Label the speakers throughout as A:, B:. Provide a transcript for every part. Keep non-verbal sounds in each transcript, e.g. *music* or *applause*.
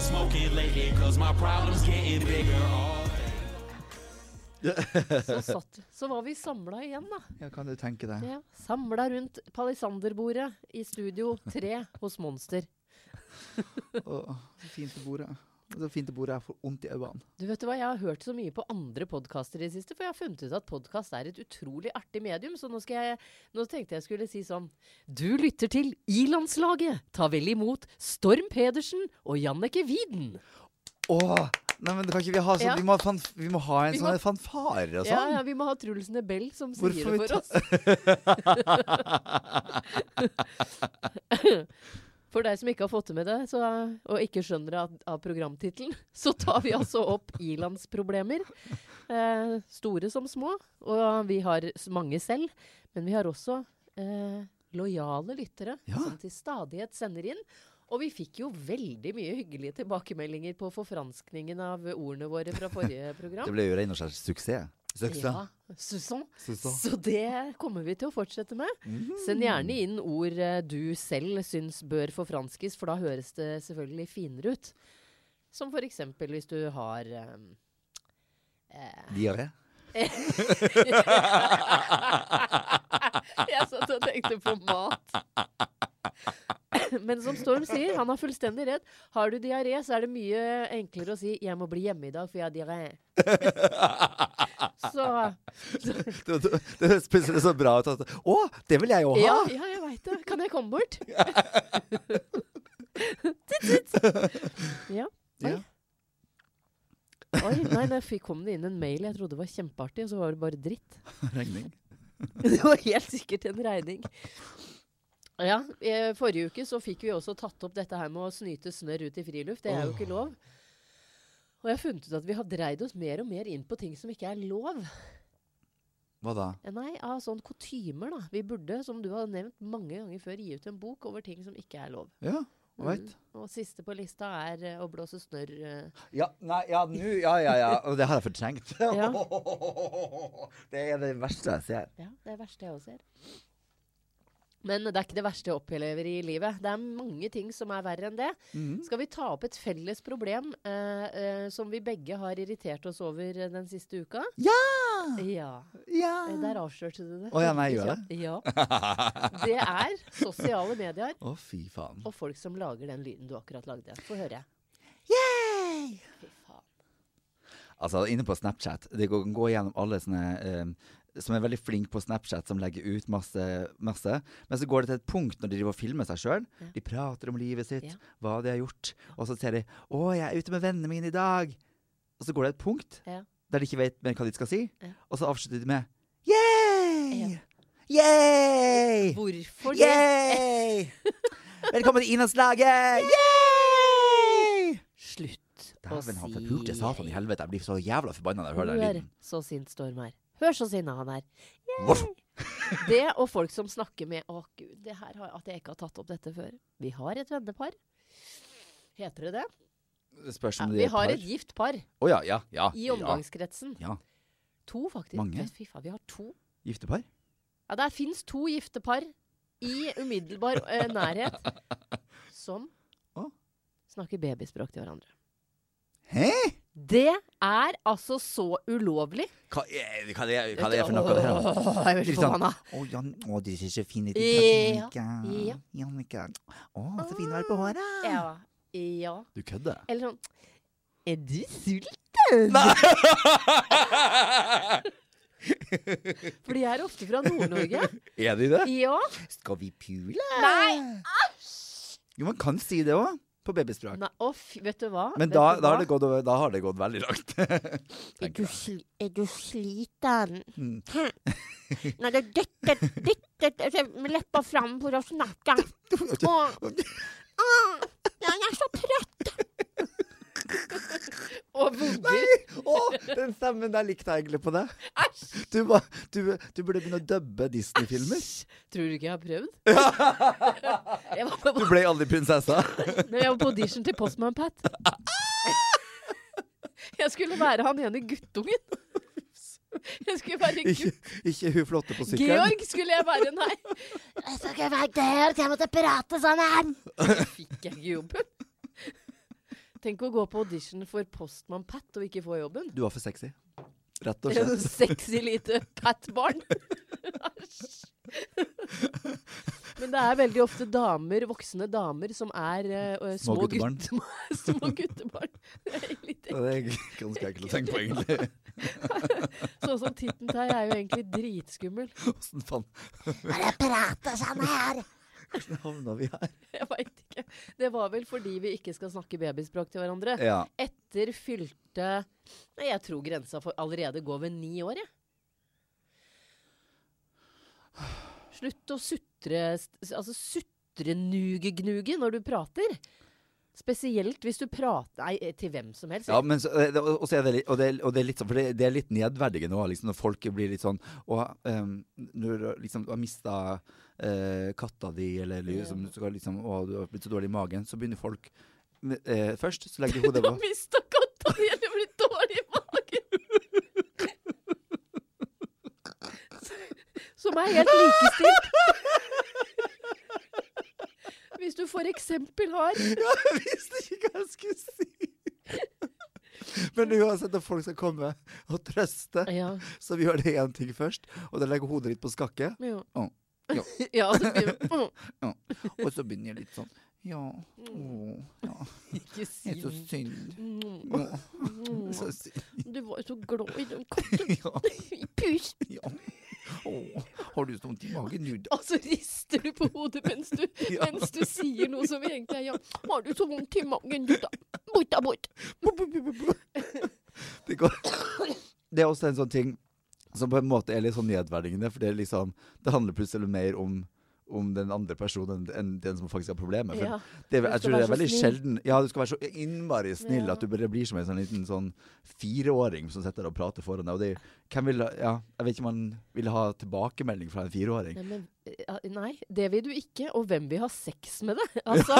A: smoking lately, cause my problem's getting bigger all day.
B: Så satt. Så var vi samla igjen, da.
C: Ja, kan du tenke deg.
B: Ja, samla rundt palisanderbordet i Studio 3 hos Monster.
C: Å, fint på bordet. Det er fint på bordet, jeg får vondt i øynene.
B: Du vet du hva, Jeg har hørt så mye på andre podkaster i det siste, for jeg har funnet ut at podkast er et utrolig artig medium. Så nå, skal jeg, nå tenkte jeg skulle si sånn Du lytter til I-landslaget! Ta vel imot Storm Pedersen og Jannicke Wieden!
C: Åh, nei, men det kan ikke vi ha sånn
B: Ja.
C: vi, må ha fanf- vi må ha en
B: Vi
C: sånn
B: må-
C: fanfare
B: Ja,
C: og sånn.
B: ja, vi må ha Truls Nebel som sier det
C: Hvorfor vi
B: for oss. *laughs* For deg som ikke har fått det med det, så, og ikke skjønner det av, av programtittelen, så tar vi altså opp ilandsproblemer. Eh, store som små. Og vi har s- mange selv, men vi har også eh, lojale lyttere
C: Ja.
B: som til stadighet sender inn. Og vi fikk jo veldig mye hyggelige tilbakemeldinger på forfranskningen av ordene våre fra forrige program.
C: Det ble jo rett og slett suksess. Suksess.
B: Ja, Susann.
C: Suksess.
B: Så det kommer vi til å fortsette med. Send gjerne inn ord eh, du selv syns bør forfranskes, for da høres det selvfølgelig finere ut. Som for eksempel hvis du har eh, eh, *laughs*
C: Diaré. *laughs*
B: Jeg satt og tenkte på mat. Men som Storm sier, han har fullstendig rett. Har du diaré, så er det mye enklere å si 'jeg må bli hjemme i dag, for jeg har diaré'. Så
C: Det, det, det høres plutselig så bra ut. at- Å, det vil jeg jo ha!
B: Ja, ja jeg veit det. Kan jeg komme bort? Titt, titt. Ja. Oi.
C: Ja.
B: Oi, nei, der fikk- kom det inn en mail jeg trodde var kjempeartig, og så var det bare dritt.
C: Regning.
B: Det var helt sikkert en regning. Ja, eh, Forrige uke så fikk vi også tatt opp dette her med å snyte snørr ut i friluft. Det er jo ikke lov. Og jeg har funnet ut at vi har dreid oss mer og mer inn på ting som ikke er lov.
C: Hva da?
B: Nei, av sånn kutymer, da. Vi burde, som du har nevnt mange ganger før, gi ut en bok over ting som ikke er lov.
C: Ja, veit.
B: Og siste på lista er eh, å blåse snørr. eh.
C: Ja, nei, ja, nå Ja, ja, ja. Og det har jeg fortrengt.
B: Ja.
C: *laughs* Det er det verste jeg ser.
B: Ja, det er det verste jeg også ser. Men det er ikke det verste jeg opplever i livet. Det er mange ting som er verre enn det.
C: Mhm.
B: Skal vi ta opp et felles problem eh, eh, som vi begge har irritert oss over eh, den siste uka?
C: Ja!
B: Ja.
C: Ja!
B: eh, Der avslørte du det.
C: Å ja, nei, gjør
B: det? Ja. Det er sosiale medier
C: Å, fy faen.
B: og folk som lager den lyden du akkurat lagde. Få høre. Fy faen.
C: Altså, inne på Snapchat, det går, går gjennom alle sånne eh, som er veldig flinke på Snapchat, som legger ut masse, masse. Men så går det til et punkt når de driver og filmer seg sjøl. De prater om livet sitt,
B: Ja.
C: hva de har gjort. Og så ser de 'Å, jeg er ute med vennene mine i dag'. Og så går det et punkt
B: Ja.
C: der de ikke vet mer hva de skal si.
B: Ja.
C: Og så avslutter de med 'Yeah! Yeah!
B: Hvorfor det?
C: Eh, Yeah!
B: *laughs*
C: Velkommen til Inaslaget! Yeah!
B: Slutt å si
C: Dæven, han forpulte satan i helvete. Jeg blir så jævla forbanna når jeg hører den
B: Hør
C: lyden.
B: så sint Storm er. Hør så sinna han er.
C: Voff.
B: Det og folk som snakker med Å, gud, det her har, at jeg ikke har tatt opp dette før. Vi har et vennepar. Heter det det?
C: Det spørs
B: Ja,
C: om
B: vi
C: det er
B: har
C: par.
B: et gift par
C: Å ja, ja, ja.
B: i
C: ja.
B: omgangskretsen.
C: Ja.
B: To, faktisk.
C: Mange.
B: Fy faen, vi har to.
C: Giftepar?
B: Ja, der fins to gifte par i umiddelbar eh, nærhet som
C: Å.
B: snakker babyspråk til hverandre.
C: Hæ?
B: Det er altså så ulovlig.
C: Hva er, hva er, hva er det for noe det her, da?
B: Åh, jeg er veldig
C: Litt sånn-
B: forbanna.
C: Å, Jan, å, du ser så fin ut.
B: Ja,
C: Jannicke.
B: ja.
C: Jannicke. Å, så fin du er på håret.
B: Ja. ja.
C: Du
B: *laughs*
C: kødder?
B: Eller sånn Er du sulten? For de er ofte fra Nord-Norge.
C: Er de det?
B: *laughs* Ja.
C: Skal vi pule?
B: Nei!
C: Jo, man kan si det òg. På babyspråk.
B: Nei å, fy- vet du hva?
C: Men
B: Vet
C: da,
B: du
C: da,
B: hva?
C: har det gått, over- da har det gått veldig langt.
B: Er du, sli- er du sliten?
C: Mm.
B: Hæ? Når du dytter, dytter altså, med leppa fram for å snakke
C: *laughs*
B: Åh. Åh, Jeg er så trøtt! *laughs* Og vugger.
C: Å, den stemmen der likte jeg egentlig på deg. Du, var- du, du burde begynne å dubbe Disney-filmer.
B: Tror du ikke jeg har
C: *laughs*
B: prøvd? jeg, var
C: Du
B: på,
C: ble aldri prinsessa.
B: nei, jeg var på audition til Postman
C: *laughs*
B: Pat. Jeg skulle være han ene guttungen. Jeg skulle være gutt.
C: Ikke, ikke hun flotte på sykkelen.
B: Georg skulle jeg være, nei. *laughs*
D: Jeg skal ikke være gøy, jeg måtte prate sånn her.
B: Fikk jeg ikke jobben? Tenk å gå på audition for Postmann Pat og ikke få jobben.
C: Du var for sexy. Rett og
B: En
C: slett.
B: sexy lite Pat-barn. Æsj. Men det er veldig ofte damer, voksne damer, som er eh, eh,
C: Små
B: små,
C: guttebarn.
B: gutte- *laughs* små guttebarn. Det er litt
C: Ja, Det er ganske ekkelt å tenke på, egentlig.
B: Sånn som Tittentei er jo egentlig dritskummel.
C: Åssen faen Bare prate sånn her! Hvordan havna vi her?
B: Jeg veit ikke. Det var vel fordi vi ikke skal snakke babyspråk til hverandre.
C: Ja.
B: Etter fylte Nei, jeg tror grensa for allerede går ved ni år, jeg. Slutt å sutre Altså sutrenugegnuge når du prater. Spesielt hvis du prater Nei, til hvem som helst.
C: Ja, men så, eh, det- og, og så er det litt, og det, er- og det er litt sånn, for det, det er litt nedverdigende òg, liksom, når folk blir litt sånn Og ehm, når du har liksom, du har mista katta di, eller liksom, du skal liksom, å, du har blitt så dårlig i magen, så begynner folk med- eh, Først så legger de *laughs* hodet
B: Du *laughs* har
C: på
B: mista katta di eller blitt dårlig i magen. Som er helt likestilt. Hvis du for eksempel har
C: Ja, jeg visste ikke hva jeg skulle si! *laughs* Men uansett om folk skal komme og trøste,
B: Ja.
C: så vi gjør det én ting først. Og da legger hodet ditt på skakket,
B: Ja,
C: Å, ja.
B: ja så blir det «Å,
C: *laughs* og så begynner jeg litt sånn Ja, å, ja,
B: Ikke
C: det
B: si
C: er så synd.
B: Mm,
C: Å,
B: mm.
C: *laughs* så synd.
B: Du var jo så glad i den katten.
C: *laughs* Ja.
B: Pust!
C: Ja. Åh, har du så vondt i magen nå, da?
B: Altså rister du på hodet mens du,
C: *laughs* Ja.
B: mens du sier noe som egentlig er ja. Har du så vondt i magen, du da? Bort da, bort!
C: Bu, bu, bu, bu, bu. Det, går. det er også en sånn ting som på en måte er litt sånn nedverdigende, for det, er liksom, det handler plutselig mer om om den andre personen enn den som faktisk har problemet. For
B: Ja.
C: det, er-
B: Du
C: jeg
B: skal
C: tror det er
B: være så
C: veldig
B: snill.
C: sjelden Ja, du skal være så innmari snill
B: Ja.
C: at du bare blir som en sånn liten sånn fireåring som sitter og prater foran deg. Og det, hvem vil, ha- ja, jeg vet ikke om man vil ha tilbakemelding fra en fireåring.
B: *laughs* Nei, men, ja, nei, det vil du ikke. Og hvem vil ha sex med
C: *laughs*
B: det? Altså,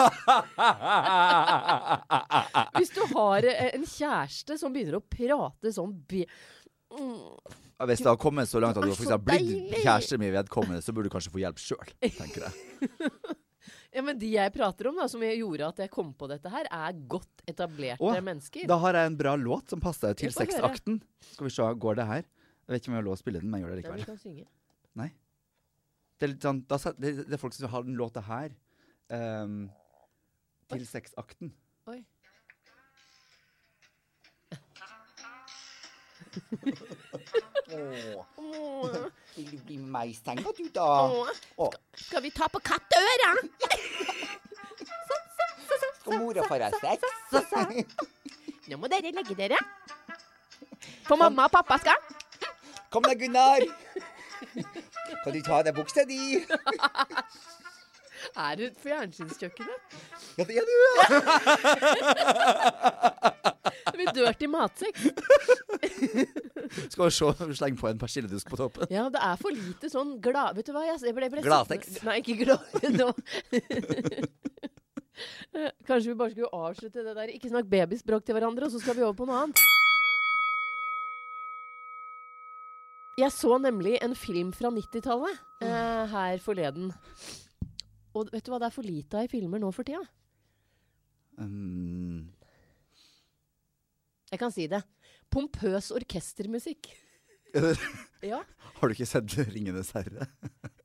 B: hvis du har eh, en kjæreste som begynner å prate sånn be mm,
C: Ja, Hvis det har kommet så langt at
B: er
C: du faktisk
B: så
C: har blitt
B: deilig!
C: kjæreste med vedkommende, så burde du kanskje få hjelp sjøl, tenker
B: *laughs*
C: jeg.
B: Ja, men de jeg prater om, da, som gjorde at jeg kom på dette her, er godt etablerte
C: Å,
B: mennesker.
C: Da har jeg en bra låt som passer til
B: Jeg får høre.
C: sexakten. Skal vi se, går det her? Jeg vet ikke om jeg har lov å spille den, men jeg gjør
B: Ja,
C: det
B: vi
C: likevel.
B: kan synge.
C: Det er, litt sånn, da, set- det, det er folk som har den låta her ehm, til sexakten.
B: Oi. Åh,
C: Vil du bli meg senga, du, da?
B: åh. Skal vi ta på kattøra?
C: Skal mora få deg sex?
B: Nå må dere legge dere. For mamma og pappa skal.
C: Kom deg, Gunnar. Kan du ta av deg buksa di?
B: Er du fjernsynskjøkkenet?
C: Ja, det er du.
B: Det blir dirty matsex.
C: Skal vi se, sleng på en persilledusk på toppen.
B: Ja, det er for lite sånn glad... Vet du hva? Jeg jeg ble, jeg ble
C: Gladsex.
B: Nei, ikke glad... *laughs* Nå. Kanskje vi bare skulle avslutte det der. Ikke snakk babyspråk til hverandre, og så skal vi over på noe annet. Jeg så nemlig en film fra 90-tallet eh, her forleden. Og vet du hva det er for lite av i filmer nå for tida?
C: Um,
B: Jeg kan si det. Pompøs orkestermusikk. Ja.
C: Har du ikke sett 'Ringenes herre'?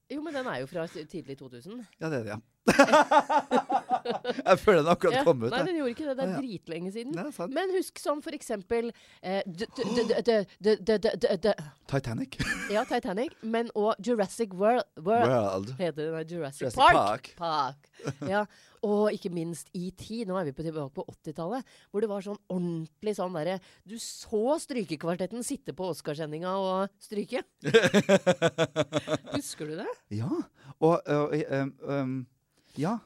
B: Jo, men den er jo fra tidlig 2000.
C: Ja, det er det, ja. jeg føler den akkurat
B: Ja,
C: kom ut.
B: Nei,
C: jeg.
B: den gjorde ikke det. Det
C: Å, ja.
B: er dritlenge siden.
C: Nei, sant.
B: Men husk som for eksempel eh, d- d- d- d- d- d- d- d- d- d-
C: Titanic.
B: Ja, Titanic, men òg Jurassic World, World
C: World.
B: Heter det nei, Jurassic,
C: Jurassic
B: Park? *laughs* Park. Ja. Og ikke minst ET. Nå er vi på tilbake på 80-tallet, hvor det var sånn ordentlig sånn derre Du så strykekvartetten sitte på Oscarsendinga og *laughs* stryke. Husker du det?
C: Ja. Og, og um, um, Ja.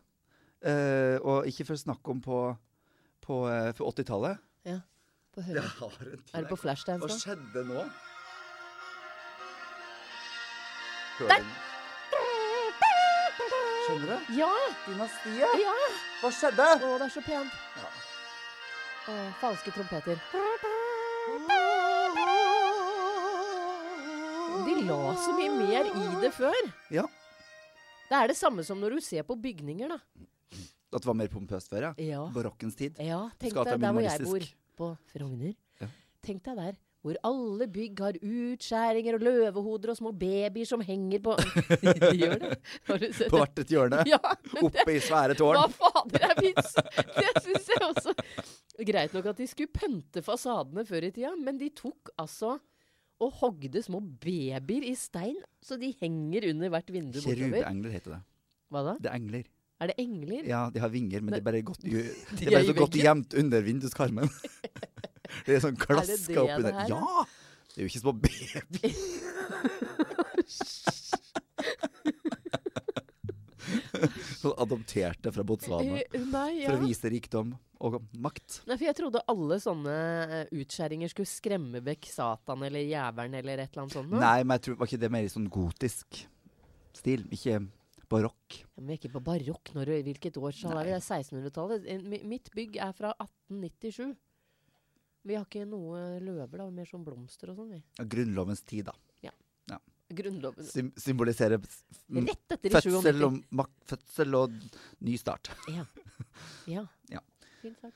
C: Eh, og ikke før snakk om på, på, eh, på 80-tallet.
B: Ja. Få høre.
C: har en tid.
B: Er det på flashdance, da?
C: skjedde nå? Hør den. Skjønner du?
B: Ja!
C: Dynastiet.
B: ja.
C: Hva skjedde?
B: Å, det er så pent. Å, falske trompeter. De la så mye mer i det før.
C: Ja.
B: Det er det samme som når du ser på bygninger, da.
C: At det var mer pompøst før, ja.
B: Ja.
C: Barokkens tid.
B: Ja, tenk
C: Skal at det
B: deg
C: er
B: der hvor jeg bor,
C: minimalistisk.
B: på Frogner.
C: Ja.
B: Tenk deg der. Hvor alle bygg har utskjæringer og løvehoder og små babyer som henger på *laughs* De gjør det. Har du sett
C: På
B: det?
C: hvert et hjørne.
B: *laughs* Ja, men det,
C: Oppe i svære
B: hva
C: tårn.
B: fader er vitsen? Det syns jeg også. Greit nok at de skulle pønte fasadene før i tida, men de tok altså og hogde små babyer i stein, så de henger under hvert vindu bortover.
C: Kjerubengler heter det.
B: Hva da?
C: Det er engler.
B: Er det engler?
C: Ja, de har vinger, men det er bare
B: *laughs*
C: godt ju- Det
B: er
C: er bare
B: i
C: så godt
B: veggen.
C: gjemt under
B: *laughs*
C: vinduskarmen. Det er sånn
B: det
C: klaska
B: det det
C: oppunder.
B: her er?
C: Ja! Det er jo ikke små *laughs* babyer. Sånn adopterte fra Botswana.
B: Eh, Nei, ja.
C: For å vise rikdom og makt.
B: Nei, for jeg trodde alle sånne eh, utskjæringer skulle skremme vekk Satan eller jævelen eller et eller annet sånt. nå.
C: Nei, men jeg tror, var ikke det mer i sånn gotisk stil? Ikke barokk.
B: Ja, Men vi er ikke på barokk. Når, hvilket årstall er vi? Det er 1600-tallet. En- mi- Mitt bygg er fra 1897. Vi har ikke noe løver, da. Mer sånn blomster og sånn. vi.
C: Grunnlovens tid, da.
B: Grunnloven
C: Sym symboliserer s- m-
B: Rett etter i
C: fødsel
B: 97.
C: og, mak fødsel og ny start.
B: Ja. Ja.
C: Ja.
B: Fint sagt.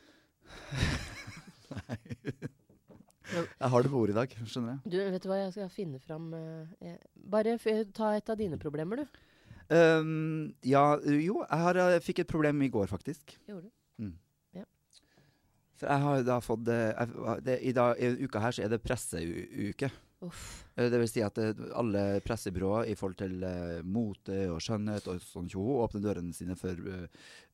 C: Jeg har det på ordet i dag, skjønner jeg.
B: Du, vet du hva, jeg skal finne fram eh, eh, Bare f ta et av dine problemer, du.
C: Ehm, ja, jo, jeg, har, jeg fikk et problem i går, faktisk.
B: Gjorde du?
C: For jeg har da fått eh, jeg, det, I dag, i uka her så er det presseuke.
B: Uff.
C: Eh, Det vil si at eh, alle pressebyråer i forhold til eh, mote og skjønnhet og sånn tjoho åpner dørene sine for eh,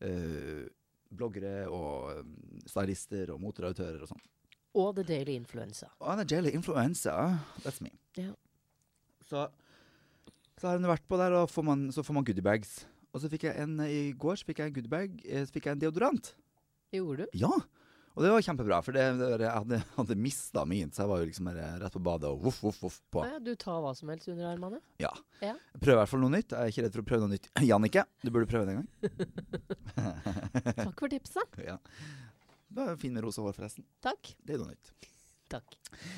C: eh, bloggere og eh, stylister og moteredaktører og sånn.
B: Og The Daily Influenza.
C: Og han er jelly influensa. That's me.
B: Ja.
C: Så, så har hun vært på der, og får man, så får man goodiebags. Og så fikk jeg en eh, i går så fikk jeg en goodiebag, eh, så fikk jeg en deodorant.
B: Gjorde du?
C: Ja! Og det var kjempebra, for det, det, jeg hadde, hadde mista min, så jeg var jo liksom bare rett på badet og voff, voff, voff på.
B: Ja, ja, du tar hva som helst under armene?
C: *laughs* Ja.
B: Ja.
C: Prøv i hvert fall noe nytt. Jeg er ikke redd for å prøve noe nytt. *laughs* Jannicke, du burde prøve det en gang.
B: Takk for tipset.
C: Ja. Du er fin med rosa hår, forresten.
B: Takk.
C: Det er noe nytt.
B: Takk.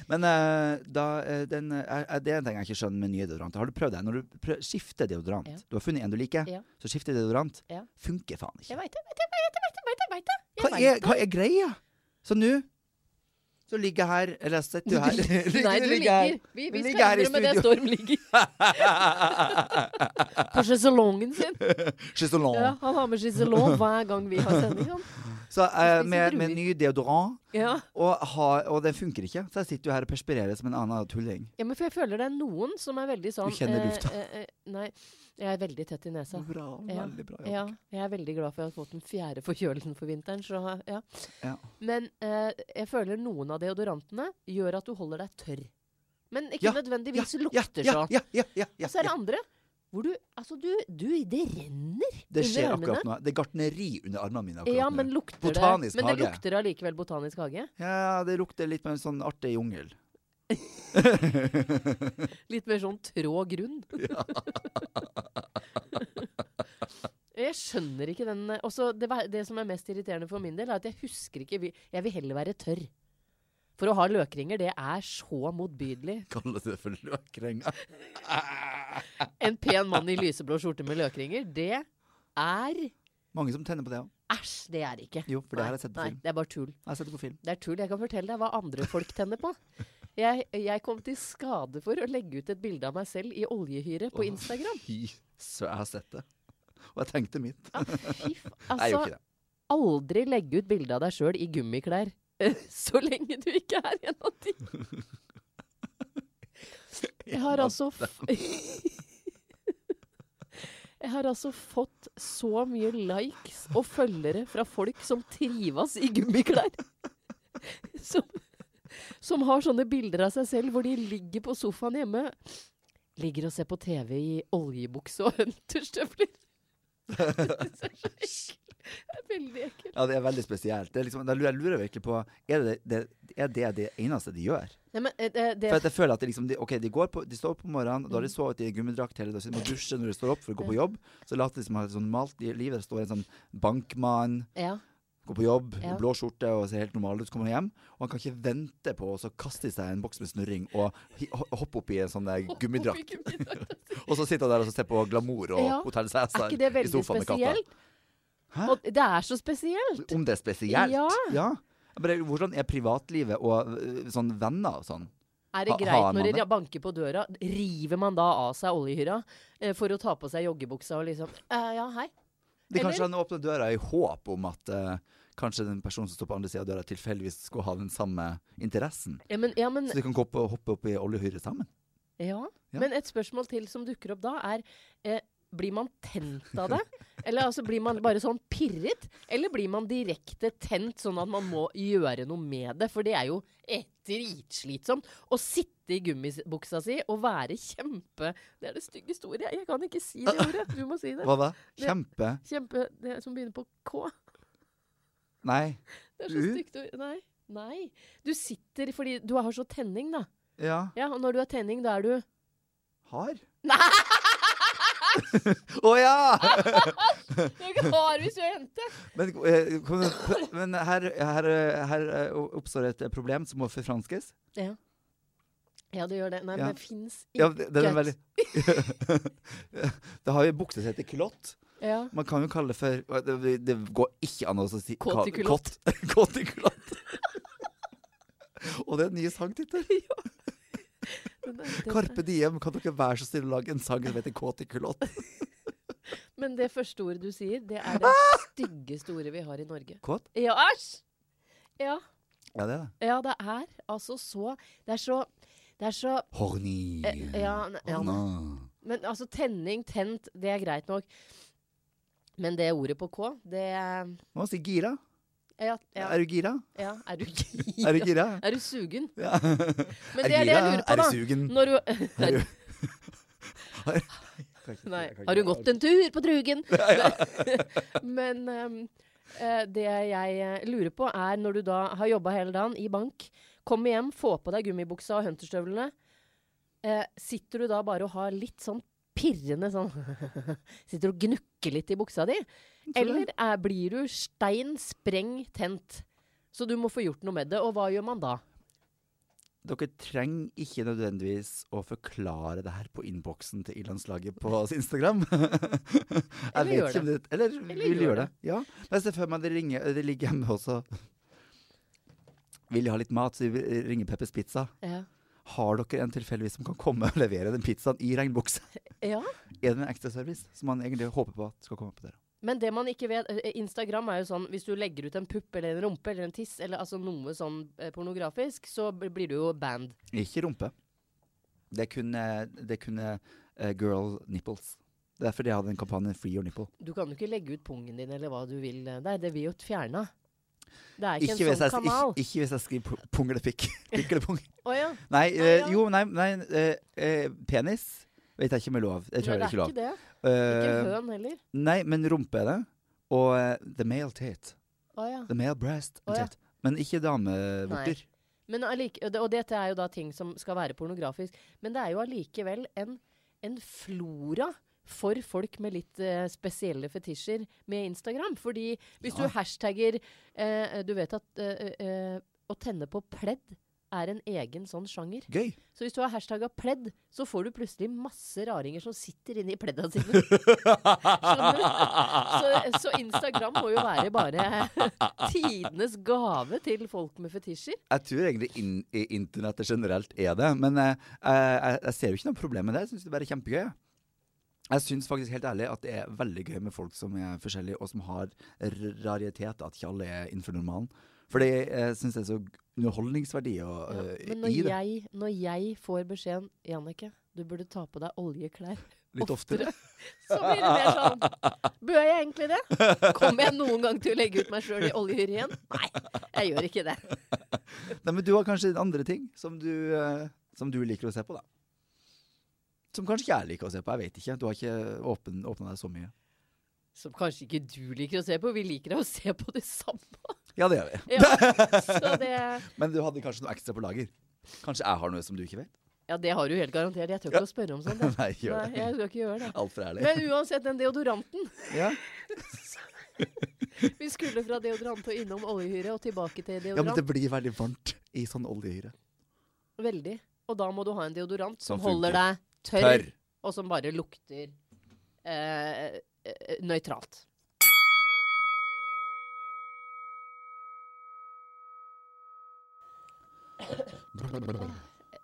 C: Men eh, da, eh, den, eh, er- det er en ting jeg ikke skjønner med nye deodoranter. Har du prøvd det? Når du prø- skifter deodorant,
B: Ja.
C: du har funnet en du liker,
B: Ja.
C: så skifter deodorant.
B: Ja.
C: Funker faen ikke.
B: Jeg veit det, veit det, veit det, veit det, veit det, veit det. Jeg
C: Hva
B: vet
C: er,
B: det.
C: hva er greia? Så nå så ligger jeg her Eller jeg sitter jo
B: *laughs*
C: her.
B: Nei, du ligger. Vi, vi
C: Du ligger her
B: skal
C: i
B: innrømme det.
C: studio.
B: Storm
C: *laughs*
B: ligger på sjeselongen sin.
C: Chaiselon.
B: Ja, han har med sjeselong hver gang vi har sending. han.
C: Så eh,
B: spiser
C: med,
B: druer.
C: med ny deodorant,
B: Ja.
C: og, har- og det funker ikke. Så jeg sitter jo her og perspirerer som en annen tulling.
B: ja, men for jeg føler det er noen som er veldig sånn
C: Du kjenner lufta.
B: Eh, eh, nei, jeg er veldig tett i nesa.
C: Bra,
B: Ja.
C: veldig bra.
B: Ja, jeg er veldig glad for at jeg har fått den fjerde forkjølelsen for vinteren. Så, ja.
C: Ja.
B: Men eh, jeg føler noen av deodorantene gjør at du holder deg tørr. Men ikke
C: Ja,
B: nødvendigvis
C: Ja,
B: lukter
C: ja,
B: så.
C: ja, ja, ja, ja,
B: Og så er
C: ja.
B: det andre hvor du Altså, du, du Det renner
C: Det
B: under
C: skjer
B: armene.
C: akkurat nå. Det er gartneri under armene mine akkurat
B: Ja,
C: nå.
B: men lukter
C: Botanisk
B: det Men det
C: hage.
B: lukter allikevel botanisk hage.
C: Ja, det lukter litt mer sånn artig jungel.
B: Litt mer sånn trå
C: *laughs*
B: grunn. *laughs* jeg skjønner ikke den eh, Også det, ver- det som er mest irriterende for min del, er at jeg husker ikke vi- Jeg vil heller være tørr. For å ha løkringer, det er så motbydelig.
C: *laughs* Kaller det for løkrenger.
B: En pen mann i lyseblå skjorte med løkringer, det er
C: Mange som tenner på det òg.
B: Æsj, det er det ikke.
C: Jo, for det
B: Nei,
C: har jeg sett på
B: nei,
C: film.
B: det er bare tull.
C: Jeg har sett det på film.
B: Det er tull. Jeg kan fortelle deg hva andre folk tenner på. Jeg, jeg kom til skade for å legge ut et bilde av meg selv i oljehyre på
C: Åh.
B: Instagram.
C: *laughs* Fy søren, jeg har sett det. Og jeg tenkte mitt.
B: Ja, Ah, fy f...
C: jeg gjorde
B: Altså,
C: ikke det.
B: aldri legge ut bilde av deg sjøl i gummiklær. *laughs* Så lenge du ikke er en av de. Jeg har altså f *laughs* Jeg har altså fått så mye likes og følgere fra folk som trives i gummiklær. *laughs* Som, som har sånne bilder av seg selv hvor de ligger på sofaen hjemme. Ligger og ser på TV i oljebukse og *laughs* hunterstøvler.
C: *laughs*
B: Det er så ekkelt. Det er veldig ekkelt.
C: Ja, det er veldig spesielt. Det er liksom, da lurer jeg lurer virkelig på Er det det, er det det eneste de gjør?
B: Nei, men eh, det, det, Mm.
C: For at jeg føler at det liksom, de, ok, de, går på, de står opp på morgenen, da har de sovet i gummidrakt hele dagen, så
B: *laughs*
C: de må dusje når de står opp for å gå på jobb. Så later de som har et sånn malt i livet. Det står en sånn bankmann
B: ja.
C: Går på jobb,
B: Ja.
C: i blå skjorte og ser helt normal ut. Så kommer han hjem, og han kan ikke vente på å så kaste i seg en boks med snurring og hi- ho- hoppe opp i en sånn der gummidrakt. *laughs* Og så sitter han der og så ser på glamour og
B: Ja.
C: Hotell
B: Er
C: Cæsar
B: ikke det
C: Sånn, i
B: veldig
C: sofaen med katta.
B: spesielt?
C: Hæ?
B: Og det er så spesielt.
C: Om det er spesielt?
B: Ja.
C: Jeg Bare, hvordan er privatlivet og øh, sånn venner og sånn?
B: Er det
C: Ha-
B: greit
C: har man
B: når det
C: det?
B: banker på døra? River man da av seg oljehyra eh, for å ta på seg joggebuksa og liksom «Eh, Ja, hei.
C: Det er kanskje
B: Eller-
C: han åpner døra i håp om at eh, kanskje den personen som står på andre sida av døra, tilfeldigvis skulle ha den samme interessen.
B: Ja, men, ja, men
C: Så de kan hoppe, hoppe opp i oljehyret sammen.
B: Ja.
C: Ja.
B: Men et spørsmål til som dukker opp da, er eh, blir man tent
C: *laughs*
B: av det? Eller altså, blir man bare sånn pirret? Eller blir man direkte tent, sånn at man må gjøre noe med det? For det er jo eh, dritslitsomt å sitte i gummibuksa si og være kjempe Det er det styggeste ordet. Jeg- Jeg kan ikke si det ordet. Du må si det.
C: *laughs* Hva da?
B: Det-
C: Kjempe...
B: Kjempe Det som begynner på K.
C: Nei.
B: Det er så
C: U?
B: stygt ord. Nei. Nei. Du sitter fordi du har så tenning, da.
C: Ja.
B: Ja, og når du har tenning, da er du
C: *laughs* Har?
B: Nei!
C: Å ja!
B: Du er ikke hard hvis du er jente!
C: Men, eh, kom, men her, her, eh, her eh, oppstår et problem som må forfranskes.
B: Ja, det gjør det. Nei,
C: Ja.
B: men det fins
C: Ja,
B: ikke
C: det, det, er en veldig *laughs* det har jo en bukse som heter klott.
B: ja.
C: Man kan jo kalle det for Det, det går ikke an å si
B: Kåtikulott.
C: kott- *laughs* Kåtikulott. Og det er en ny sangtittel.
B: Den er- den er-
C: Karpe Diem, kan dere være så snille å lage en sang som heter Kåtikulott?
B: Men det første ordet du sier, det er
C: Ah!
B: det styggeste ordet vi har i Norge.
C: Kåt?
B: Ja, æsj! Ja.
C: Ja, det er det.
B: ja, det er altså så Det er så Det er så
C: Horny.
B: eh, Ja, ne- ja
C: Horna.
B: men altså tenning, tent, det er greit nok. Men det ordet på K, det er-
C: Må man si gira?
B: Ja, ja,
C: Er du gira?
B: ja. Er du
C: *laughs* Er du
B: gira?
C: gira?
B: *laughs* Er du sugen?
C: Ja.
B: *laughs* Men det er det jeg lurer på,
C: Er
B: da.
C: du sugen?
B: Når du
C: Er du *laughs* Kan ikke-
B: Nei.
C: jeg kan
B: Har hun
C: ikke-
B: gått en tur på
C: *laughs*
B: Drugen? *laughs* Men ehm, eh, det jeg eh, lurer på, er når du da har jobba hele dagen i bank, kommer hjem, får på deg gummibuksa og hunterstøvlene, eh, sitter du da bare og har litt sånn pirrende sånn *laughs* Sitter og gnukker litt i buksa di? Eller er, blir du stein spreng tent? Så du må få gjort noe med det. Og hva gjør man da?
C: Dere trenger ikke nødvendigvis å forklare det her på innboksen til Ilandslaget
B: *laughs*
C: på Instagram. *laughs*
B: Eller
C: eller
B: gjør
C: gjør det. Eller, vil
B: gjør
C: gjøre det. Ja. Men jeg ser for meg det, ringer, det ligger hjemme også. Vil de ha litt mat, så vi ringer Peppers Pizza.
B: Ja.
C: Har dere en tilfeldigvis som kan komme og levere den pizzaen i regnbukse?
B: ja.
C: Er det en ekstra service som man egentlig håper på at skal komme på døra?
B: Men det man ikke vet eh, Instagram er jo sånn Hvis du legger ut en pupp eller en rumpe eller en tiss eller altså noe sånn eh, pornografisk, så bl- blir du jo banned.
C: Ikke rumpe. Det kunne, det kunne eh, girl nipples. Det er derfor de hadde en kampanje Free your nipple.
B: Du kan jo ikke legge ut pungen din eller hva du vil eh, der. Det blir jo fjerna. Det er
C: Ikke,
B: ikke, en
C: hvis
B: sånn
C: jeg, ikke,
B: kanal.
C: ikke hvis jeg skriver pu- pung eller pikk. *laughs* Pikk eller pung.
B: Å ja.
C: Nei,
B: Ah,
C: eh,
B: ja.
C: jo, nei, nei eh, eh, Penis vet jeg ikke om er lov. Det tror
B: Nei,
C: jeg ikke er lov.
B: det.
C: Eh,
B: Ikke høn heller.
C: nei, men rumpe er det. Og eh, the male tate.
B: Å ja.
C: The male breast.
B: Å, ja.
C: tate. Men ikke damevorter.
B: Men allike, og det- og dette er jo da ting som skal være pornografisk. Men det er jo allikevel en, en flora for folk med litt eh, spesielle fetisjer med Instagram. Fordi hvis
C: Ja.
B: du hashtagger eh, Du vet at eh, eh, å tenne på pledd er en egen sånn sjanger.
C: Gøy.
B: Så hvis du har hashtagga pledd, så får du plutselig masse raringer som sitter inni pledda sine.
C: *laughs*
B: Så, så Instagram må jo være bare tidenes gave til folk med fetisjer.
C: Jeg tror egentlig in i internettet generelt er det, men eh, eh, jeg, jeg ser jo ikke noe problem med det. Jeg syns det bare er kjempegøy. jeg. Jeg syns faktisk helt ærlig at det er veldig gøy med folk som er forskjellige, og som har r- raritet, at ikke alle er innenfor normalen. For det eh, syns jeg er så g- underholdningsverdi å, eh,
B: Men når
C: i det.
B: jeg, når jeg får beskjeden 'Jannicke, du burde ta på deg oljeklær',
C: Litt oftere.
B: *laughs* så blir det mer sånn Bør jeg egentlig det? Kommer jeg noen gang til å legge ut meg sjøl i oljehyre igjen? Nei, jeg gjør ikke det.
C: *laughs* Nei, men du har kanskje andre ting som du, eh, som du liker å se på, da. Som kanskje ikke jeg liker å se på, jeg vet ikke. Du har ikke åpna deg så mye.
B: Som kanskje ikke du liker å se på. Vi liker å se på det samme.
C: Ja, det gjør vi.
B: Ja, *laughs* så det,
C: Men du hadde kanskje noe ekstra på lager? Kanskje jeg har noe som du ikke vet?
B: ja, det har du helt garantert. Jeg tør ikke å spørre om sånt. jeg.
C: *laughs* Nei, gjør
B: Nei,
C: det.
B: jeg skal ikke gjøre det.
C: Altfor ærlig.
B: Men uansett, den deodoranten.
C: ja.
B: Vi skulle fra deodorant og innom oljehyre og tilbake til
C: ja, men
B: deodorant.
C: det blir veldig varmt i sånn oljehyre.
B: Veldig. Og da må du ha en deodorant som,
C: Som
B: holder
C: funker.
B: deg tørr, og som bare lukter eh, eh, nøytralt.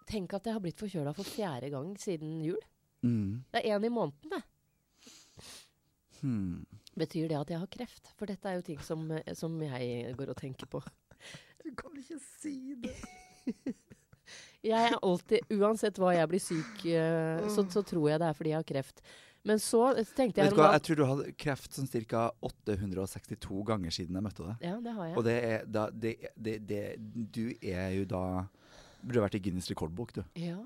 B: Tenk at jeg har blitt forkjøla for fjerde gang siden jul.
C: Mm.
B: Det er én i måneden, det.
C: Hmm.
B: Betyr det at jeg har kreft? For dette er jo ting som, eh, som jeg går og tenker på.
C: Du kan ikke si det.
B: *laughs* Jeg er alltid, Uansett hva jeg blir syk, eh, så, så tror jeg det er fordi jeg har kreft. Men så tenkte jeg
C: Mm. Vet du
B: om
C: hva,
B: dagen-
C: Jeg tror du hadde kreft sånn ca. 862 ganger siden jeg møtte deg.
B: Ja, det har jeg.
C: Og det er da det, det, det, Du er jo da Burde vært i Guinness rekordbok, du.
B: Ja.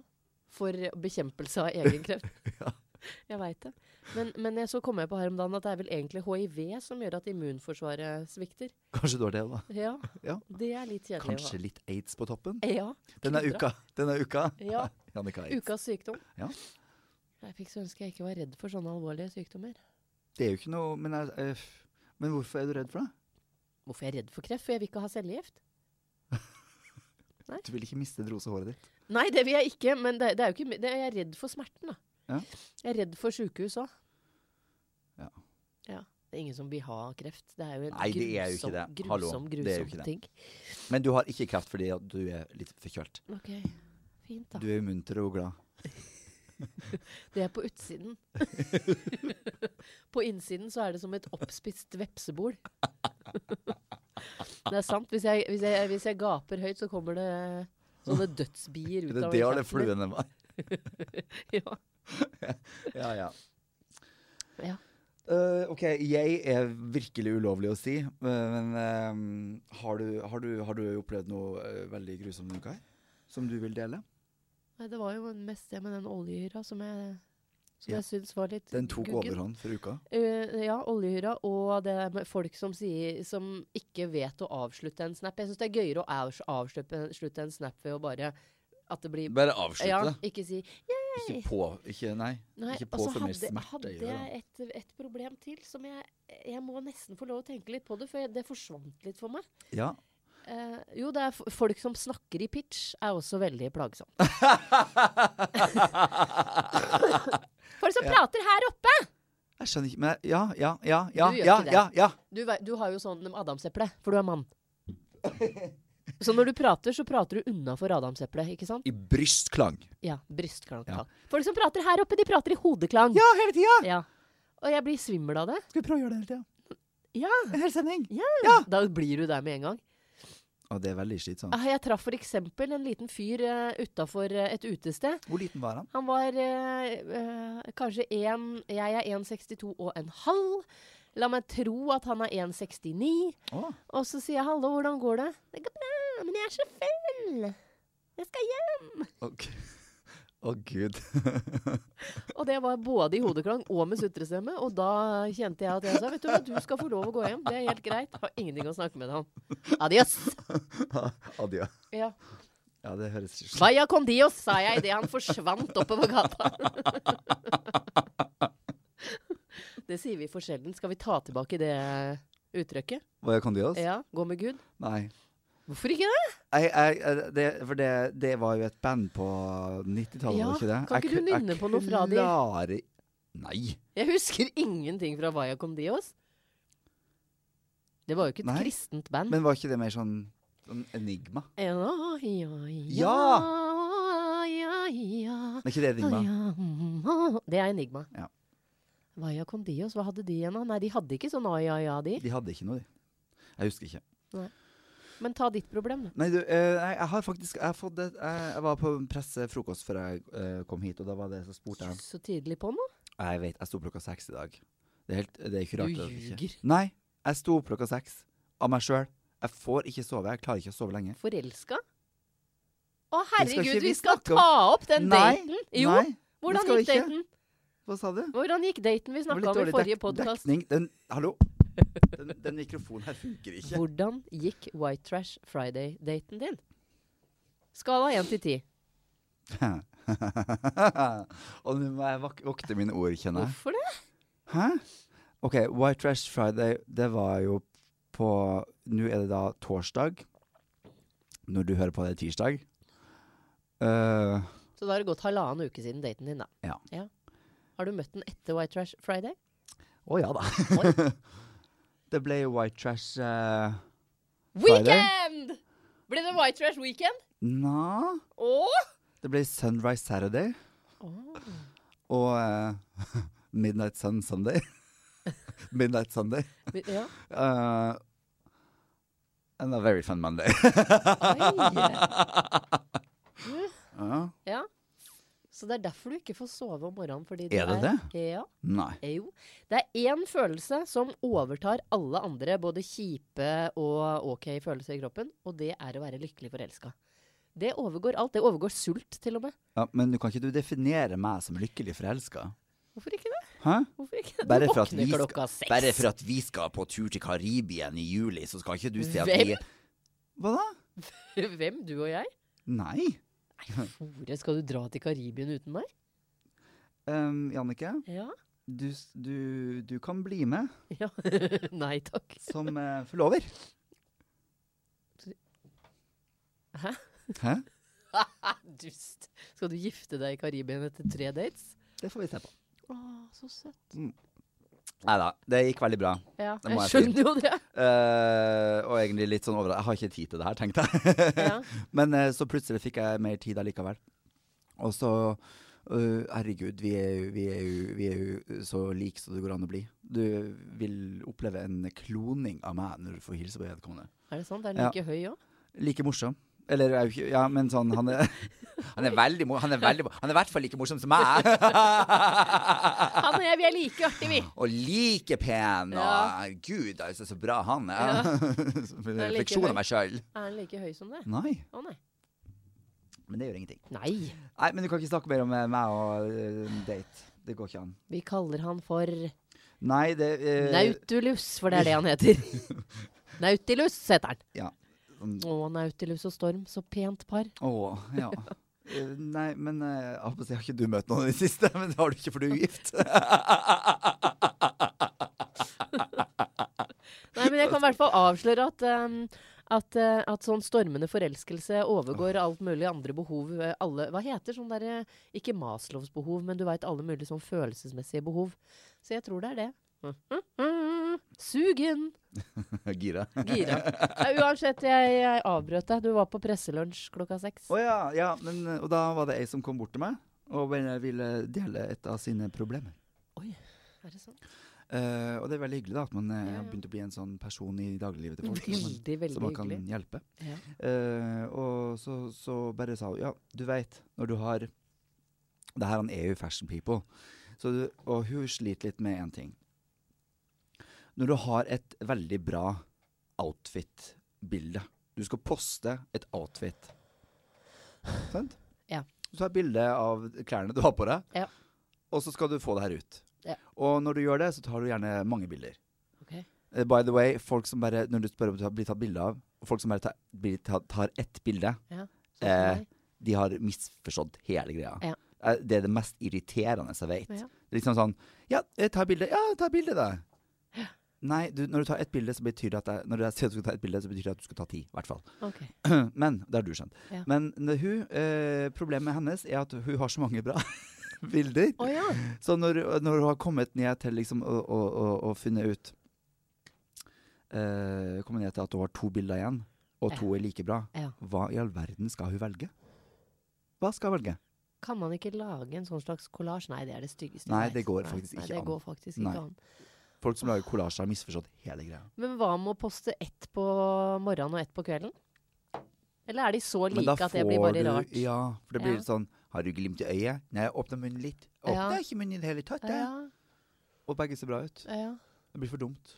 B: For bekjempelse av egen kreft.
C: *laughs* Ja.
B: Jeg veit det. Men, men jeg- så kom jeg på her om dagen at det er vel egentlig hiv som gjør at immunforsvaret svikter.
C: Kanskje du har det, da.
B: Ja,
C: Ja.
B: Det er litt kjedelig. å ha.
C: Kanskje litt aids på toppen?
B: Ja.
C: Denne
B: knudra.
C: uka. Denne uka. *laughs*
B: Ja.
C: Jannika, aids.
B: Ukas sykdom.
C: Ja.
B: Jeg fikk så ønske jeg ikke var redd for sånne alvorlige sykdommer.
C: Det er jo ikke noe Men, jeg, eh, men hvorfor er du redd for det?
B: Hvorfor er jeg redd for kreft? For jeg vil ikke ha cellegift.
C: Du vil ikke miste drosehåret ditt.
B: Nei, det vil jeg ikke, men det, det er jo ikke, det, jeg er redd for smerten, da.
C: Ja.
B: Jeg er redd for sykehus òg.
C: Ja.
B: Ja. Det er ingen som vil ha kreft. Det er jo en
C: Nei, det er jo ikke
B: grusom,
C: det. Hallo,
B: grusom,
C: det er jo
B: grusom
C: ikke det.
B: ting.
C: Men du har ikke kreft fordi at du er litt forkjølt.
B: Ok, fint da.
C: Du er munter og glad.
B: Det er på
C: *laughs*
B: utsiden. på innsiden så er det som et oppspist vepsebol. det er sant. Hvis jeg, hvis, jeg, hvis jeg gaper høyt, så kommer det sånne dødsbier ut
C: Det,
B: av
C: det har det
B: kjeften min.
C: fluene
B: *laughs*
C: var.
B: ja.
C: Ja, ja.
B: Ja.
C: Eh, OK, jeg er virkelig ulovlig å si, men eh, har, du, har, du, har du opplevd noe eh, veldig grusomt denne uka her? Som du vil dele?
B: Nei, det var jo mest det med den oljehyra som jeg, som
C: Ja.
B: jeg syns var litt
C: Den tok sånn.
B: guggen.
C: overhånd for uka.
B: Eh, ja, oljehyra og det med folk som, sier, som ikke vet å avslutte en snap. Jeg syns det er gøyere å avs- avslutte slutte en snap ved å bare at det blir
C: Bare avslutte.
B: ja, Ikke si
C: Ikke på. Ikke, nei.
B: Nei,
C: Ikke
B: og så
C: påføre mer
B: hadde,
C: smerte
B: hadde
C: i det,
B: jeg et, et problem til som jeg Jeg må nesten få lov å tenke litt på det, for jeg, det forsvant litt for meg.
C: Ja.
B: Eh, jo, det er f folk som snakker i pitch, er også veldig plagsomt. folk som prater her oppe!
C: *laughs* Jeg skjønner ikke Men jeg- ja, ja, ja, ja,
B: Du gjør
C: ja,
B: ikke det.
C: ja, ja.
B: Du, vei- du har jo sånn med adamseple, for du er mann. Så når du prater, så prater du unnafor adamseplet, ikke sant?
C: I brystklang.
B: Ja. Brystklang.
C: Ja.
B: Folk som prater her oppe, de prater i hodeklang.
C: Ja, hele tida!
B: Ja. Og jeg blir svimmel av det.
C: Skal vi prøve å gjøre det hele tida?
B: Ja.
C: En hel sending.
B: Da blir du der med en gang.
C: Og det er veldig slitsomt.
B: Ah, Jeg traff for eksempel en liten fyr uh, utafor et utested.
C: Hvor liten var han?
B: Han var eh, eh, kanskje én Jeg er 1,62 og en halv. La meg tro at han er 1,69.
C: Å,
B: Og så sier jeg 'hallo, hvordan går det?' 'Det går bra, men jeg er så full. Jeg skal hjem.'
C: ok. *laughs* Å, gud. *laughs*
B: Og det var både i hodeklang og med sutrestemme. Og da kjente jeg at jeg sa 'vet du hva, du skal få lov å gå hjem. Det er helt greit. Har ingenting å snakke med deg om. Adios.
C: Adjø.
B: Ja.
C: Ja, det høres slik ut.
B: Vaya con Dios, sa jeg idet han forsvant oppover gata. det sier vi for sjelden. Skal vi ta tilbake det uttrykket?
C: Var jeg kondios?
B: Ja, Gå med Gud?
C: Nei.
B: Hvorfor ikke det?
C: Jeg, jeg, jeg- det, for det, det var jo et band på 90-tallet,
B: Ja,
C: var det ikke det?
B: kan ikke
C: Jeg
B: du
C: kl- jeg
B: nynne på noe fra de?
C: klarer- Nei.
B: Jeg husker ingenting fra Vaya con Dios. Det var jo ikke et
C: Nei,
B: kristent band.
C: Men var ikke det mer sånn, sånn enigma?
B: ja, ja, ja, ja, ja,
C: Er ikke det enigma?
B: ja. Det er enigma.
C: Ja.
B: Vaya con Dios, hva hadde de igjen? da? Nei, de hadde ikke sånn ai-ai-a, de.
C: De hadde ikke noe, de. Jeg husker ikke.
B: Men ta ditt problem, du.
C: Nei, du, eh, jeg, jeg har faktisk jeg, har fått det, jeg, jeg var på pressefrokost før jeg eh, kom hit, og da var det så spurte jeg
B: Så tidlig på nå?
C: Jeg vet, jeg sto opp klokka seks i dag. Det er, helt, det er ikke
B: Du
C: rart. at jeg ikke-
B: ljuger.
C: Nei, jeg sto opp klokka seks av meg sjøl. Jeg får ikke sove. Jeg klarer ikke å sove lenge.
B: Forelska? Å,
C: Det skal
B: herregud,
C: ikke vi
B: vi skal
C: snakke om.
B: ta opp den
C: Nei,
B: daten! Jo,
C: Nei,
B: hvordan
C: skal vi
B: gikk
C: ikke.
B: daten?
C: hva sa du? Det
B: Hvordan gikk daten vi
C: var litt
B: snakka om i
C: dårlig
B: forrige
C: dek-
B: podkast?
C: dekning. Den, hallo? Den, den mikrofonen her funker
B: *laughs*
C: ikke.
B: Hvordan gikk White Trash Friday-daten din? Skala én til ti.
C: og nå må jeg vok vokte mine ord, kjenner jeg.
B: Hvorfor det?
C: Hæ? OK, White Trash Friday, det var jo på Nå er det da torsdag. Når du hører på det er tirsdag. Eh,
B: Så da har det gått halvannen uke siden daten din, da.
C: Ja.
B: Har du møtt den etter White Trash Friday?
C: Å ja da. *laughs* det ble jo White Trash eh, Friday?
B: Weekend! Ble det White Trash Weekend?
C: Nja
B: Åh!
C: Det ble Sunrise Saturday og eh, *laughs* Midnight Sun Sunday. *laughs* Midnight Sunday.
B: Vi- Ja.
C: Eh, and a very fun Monday. *laughs*
B: Du,
C: Ja.
B: ja. Så det er derfor du ikke får sove om morgenen. Fordi
C: Er det
B: Ja.
C: Nei.
B: Eh, Jo. Det er én følelse som overtar alle andre, både kjipe og ok følelser i kroppen, og det er å være lykkelig forelska. Det overgår alt. Det overgår sult, til og med.
C: Ja, men du kan ikke du definere meg som lykkelig forelska?
B: Hvorfor ikke det?
C: Hæ?
B: Hvorfor ikke det?
C: Bare
B: du
C: for, at
B: våkner
C: vi
B: klokka
C: skal,
B: seks.
C: bare for at vi skal på tur til Karibien i juli, så skal ikke du si at
B: Hvem?
C: vi Hva da?
B: *laughs* Hvem? Du og
C: *laughs*
B: jeg?
C: Nei.
B: Tore, skal du dra til Karibien uten meg?
C: Um, Jannike,
B: Ja.
C: du, s- du, du kan bli med
B: *laughs* ja. *laughs* Nei takk.
C: som eh, forlover.
B: Hæ?
C: Hæ?
B: Dust. Skal du gifte deg i Karibien etter tre dates?
C: Det får vi se på.
B: Å, så søtt.
C: Nei da, det gikk veldig bra.
B: Ja,
C: Det
B: jeg
C: må jeg si.
B: skjønner jo det.
C: Eh, og egentlig litt sånn over Jeg har ikke tid til det her, tenkte jeg.
B: *laughs*
C: *laughs*
B: Ja.
C: Men eh, så plutselig fikk jeg mer tid allikevel. Og så øh, Herregud, vi er, jo, vi, er jo, vi er jo så like som det går an å bli. Du vil oppleve en kloning av meg når du får hilse på vedkommende.
B: Er det sant? Er den
C: Ja.
B: like høy òg?
C: Like morsom. Eller jeg er jo ikke Ja, men sånn Han er, *laughs* han er veldig mo- Han er veldig mo- Han er i hvert fall like morsom som meg.
B: Han og jeg, vi er like artige, vi.
C: Og like pen. Og
B: Ja.
C: gud, altså, så bra han *laughs*
B: er
C: er.
B: like
C: Refleksjon
B: høy.
C: av meg sjøl.
B: Er den like høy som det?
C: Nei.
B: Å nei.
C: Men det gjør ingenting.
B: Nei.
C: Nei, men du kan ikke snakke mer om eh, meg og eh, date. Det går ikke an.
B: Vi kaller han for
C: Nei, det eh,
B: Nautulus, for det er det han heter.
C: *laughs*
B: Nautilus heter han.
C: Ja. Sånn-
B: Å, Nautilus og Storm, så pent par.
C: Å, ja. Eh, Nei, men eh, jeg holdt på å si, har ikke du møtt noen i det siste? *laughs* Men det har du ikke, for du er gift.
B: Nei, men jeg kan i hvert fall avsløre at, ehm, at, eh, at sånn stormende forelskelse overgår alt mulig andre behov. eh, Alle, hva heter sånn derre Ikke Maslows behov, men du veit alle mulige sånn følelsesmessige behov. Så jeg tror det er det. Mm, mm, mm. Sugen!
C: *laughs* Gira. Å
B: Gira. Nei, uansett, jeg, jeg avbrøt deg. Du var på presselunsj klokka seks.
C: ja, ja. Men, eh, og da var det ei som kom bort til meg og bare ville dele et av sine problemer.
B: Er det sant?
C: Eh, og det er veldig hyggelig da at man eh,
B: Ja, ja.
C: har begynt å bli en sånn person i dagliglivet
B: *laughs*
C: til folk. sånn som man-
B: Veldig, veldig
C: Så man kan
B: hyggelig.
C: hjelpe.
B: Ja.
C: Eh, og så, så bare sa hun Ja, du veit, når du har Det her han er jo fashion people. Så du, og hun sliter litt med én ting. Når du har et veldig bra outfit-bilde Du skal poste et outfit. Sant?
B: Ja.
C: Du tar et bilde av klærne du har på deg,
B: Ja.
C: og så skal du få det her ut.
B: Ja.
C: Og når du gjør det, så tar du gjerne mange bilder.
B: Ok.
C: Eh, By the way, folk som bare Når du spør om du har- blir tatt bilde av og Folk som bare tar, blir, ta- tar ett bilde,
B: Sånn som
C: Eh,
B: meg.
C: de har misforstått hele greia.
B: Ja.
C: Eh, Det er det mest irriterende jeg vet.
B: Ja.
C: Det er liksom sånn Ja, eh, ta bilde. Ja, ta bilde, da. Nei, du, når du tar ett bilde, så betyr det at jeg, Når jeg sier at du skal ta ett bilde, så betyr det at du skal ta ti, i hvert fall. *clears throat*
B: Ok.
C: Men det har du skjønt.
B: Ja.
C: Men når hun, eh, problemet hennes er at hun har så mange bra *laughs* bilder.
B: Å ja.
C: Så når, når hun har kommet ned til liksom å, å, å, å finne ut eh, Kommet ned til at hun har to bilder igjen, og to er like bra,
B: ja.
C: hva i all verden skal hun velge? Hva skal hun velge?
B: Kan man ikke lage en sånn slags kollasj? Nei, det er det styggeste. jeg
C: Nei,
B: vet.
C: det går
B: Nei,
C: faktisk
B: nei,
C: ikke
B: det
C: an.
B: Går faktisk ikke
C: Nei.
B: an.
C: Folk som lager kollasjer, har misforstått hele greia.
B: Men hva med å poste ett på morgenen og ett på kvelden? Eller er de så
C: Men da
B: like at det blir bare
C: du
B: rart?
C: Ja, for det
B: Ja.
C: blir litt sånn Har du glimt i øyet? Nei, åpna munnen litt.
B: Ja.
C: Åpna ikke munnen i det hele tatt. jeg.
B: Ja,
C: Og begge ser bra ut.
B: ja.
C: Det blir for dumt.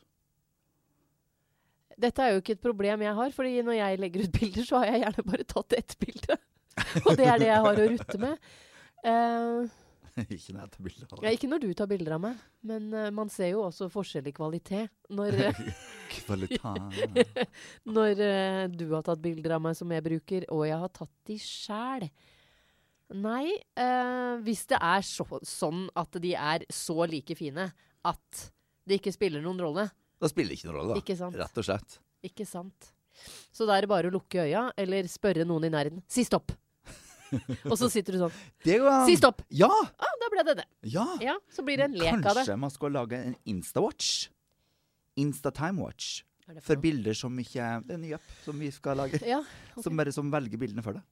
C: *laughs*
B: Dette er jo ikke et problem jeg har, fordi når jeg legger ut bilder, så har jeg gjerne bare tatt ett bilde. *laughs* Og det er det jeg har å rutte med. Eh,
C: ikke når jeg tar bilde av
B: ja,
C: det.
B: ikke når du tar bilder av meg, men eh, man ser jo også forskjell i kvalitet. Når, eh, *laughs*
C: Kvalitet.
B: Når eh, du har tatt bilder av meg som jeg bruker, og jeg har tatt de sjæl. Nei, eh, hvis det er så, sånn at de er så like fine at det ikke spiller noen rolle.
C: Da spiller det ikke noen rolle, da.
B: Ikke sant?
C: Rett og slett.
B: Ikke sant. Så da er det bare å lukke øya, eller spørre noen i nærheten. Si stopp! *laughs* og så sitter du sånn.
C: Det går an.
B: Si stopp!
C: Ja!
B: Ja, da ble det det.
C: Ja!
B: Ja, så blir det en lek
C: Kanskje
B: av det.
C: man skal lage en Insta-watch? Insta-time-watch.
B: Hva er det
C: For
B: noe?
C: bilder som ikke Det er en ny app som vi skal lage.
B: *laughs* Ja,
C: Som bare som velger bildene for deg.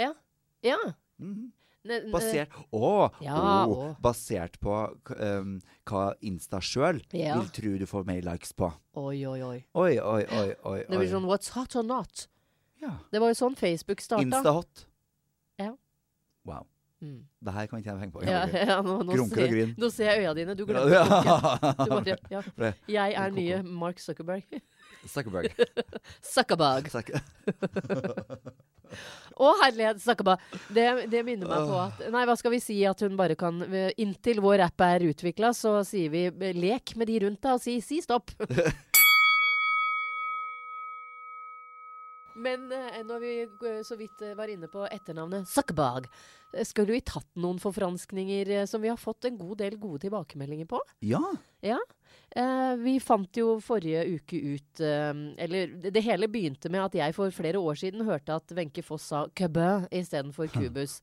B: Ja. ja.
C: Mhm.
B: Ne- ne-
C: Basert Å!
B: Eh. Ja,
C: å,
B: å.
C: basert på k- um, hva Insta sjøl
B: Ja.
C: vil tro du får mer likes på.
B: Oi, oi, oi.
C: Oi, oi, oi, oi.
B: Det blir
C: oi.
B: sånn what's hot or not.
C: ja.
B: Det var jo sånn Facebook starta.
C: Instahot.
B: Ja.
C: Wow.
B: Mm.
C: Det her kan vi tjene penger på.
B: Ja, ja, nå, nå,
C: Grunker og
B: ser,
C: gryn.
B: nå ser jeg øya dine. *laughs* Du
C: Ja,
B: glemmer ikke. Du bare, ja.
C: Ble-
B: Jeg er
C: koko.
B: nye Mark Zuckerberg.
C: *laughs* Zuckerberg.
B: *laughs* Zuckerberg.
C: Zuck-
B: Å herlighet, Zuckerberg. Det, det minner meg på at Nei, hva skal vi si? At hun bare kan eh, Inntil vår app er utvikla, så sier vi eh, lek med de rundt deg og si si
C: *laughs*
B: stopp. Men eh, når vi eh, så vidt eh, var inne på etternavnet Zuckerberg, eh, skulle vi tatt noen forfranskninger eh, som vi har fått en god del gode tilbakemeldinger på?
C: Ja.
B: Eh, vi fant jo forrige uke ut eh, Eller det, det hele begynte med at jeg for flere år siden hørte at Wenche Foss sa købbø istedenfor kubus.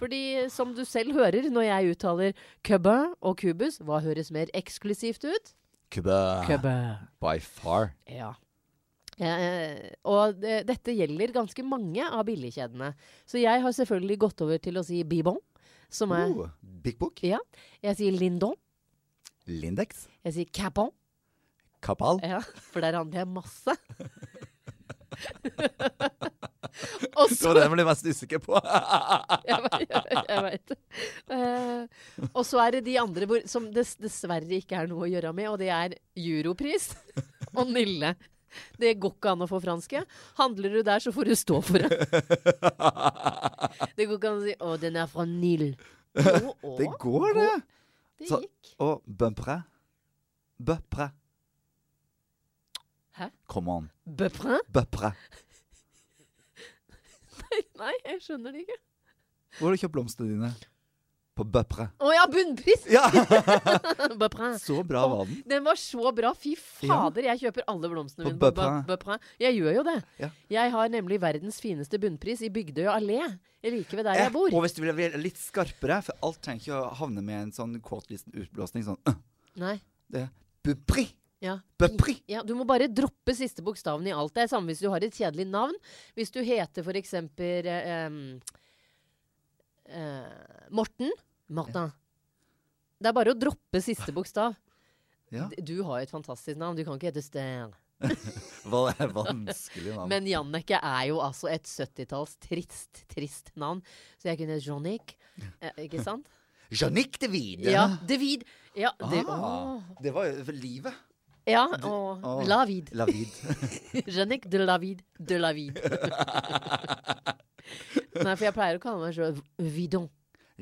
B: Fordi som du selv hører når jeg uttaler købbø og kubus, hva høres mer eksklusivt ut?
C: Cuba.
B: Købbø.
C: By far.
B: Ja. Eh, og det, dette gjelder ganske mange av billigkjedene. Så jeg har selvfølgelig gått over til å si Bibon, som er
C: Oh, Big Book.
B: Ja. Jeg sier Lindon.
C: Lindex.
B: Jeg sier Capon.
C: Kapal.
B: Ja, for der handler jeg masse. *laughs* og
C: *laughs* Det var
B: så
C: den jeg ble mest usikker
B: *laughs*
C: på.
B: Jeg, vet- jeg veit. og så er det de andre hvor, som dess, dessverre ikke er noe å gjøre med, og det er Europris og Nille. Det går ikke an å få franske. Handler du der, så får du stå for det. Det går ikke an å si 'Å, den er fra Nille'. Jo, å,
C: Det går, det.
B: det
C: så-
B: gikk.
C: Og bumpre. Bøpre.
B: Hæ?
C: Come on.
B: Beprin?
C: Bøpre.
B: Nei, jeg skjønner det ikke.
C: Hvor har du kjøpt blomstene dine? På Bøpre. *laughs*
B: Å ja, bunnpris! *laughs*
C: Ja!
B: Beprin.
C: Så bra var den.
B: Den var så bra. Fy
C: Ja.
B: fader, jeg kjøper alle blomstene
C: På
B: mine på
C: Beprin.
B: Be- Beprin. Jeg gjør jo det.
C: Ja.
B: Jeg har nemlig verdens fineste bunnpris i Bygdøy allé, like ved der
C: Eh,
B: jeg bor.
C: Og hvis du vil være litt skarpere, for alt trenger ikke å havne med en sånn quote-listen utblåsning sånn uh,
B: Nei.
C: det, er Bupri!
B: Ja.
C: Bupri!
B: Ja, du må bare droppe siste bokstaven i alt. Det er samme hvis du har et kjedelig navn. Hvis du heter for eksempel eh, em, eh, Morten. Martin. Det er bare å droppe siste bokstav.
C: Ja.
B: D- Du har jo et fantastisk navn. Du kan ikke hete Sten.
C: Hva det er vanskelig navn.
B: Men Jannicke er jo altså et 70-talls trist, trist navn. Så jeg kunne Jonic. Eh,
C: *laughs*
B: ikke sant?
C: Jannik de Vide!
B: Ja. David. Ja, det,
C: Ah,
B: åh.
C: det var jo for
B: *laughs*
C: livet.
B: ja og
C: åh.
B: Lavid.
C: La vide.
B: Jannicke de Lavid de
C: *laughs*
B: Lavid. Nei, for jeg pleier å kalle meg sjøl Vidon.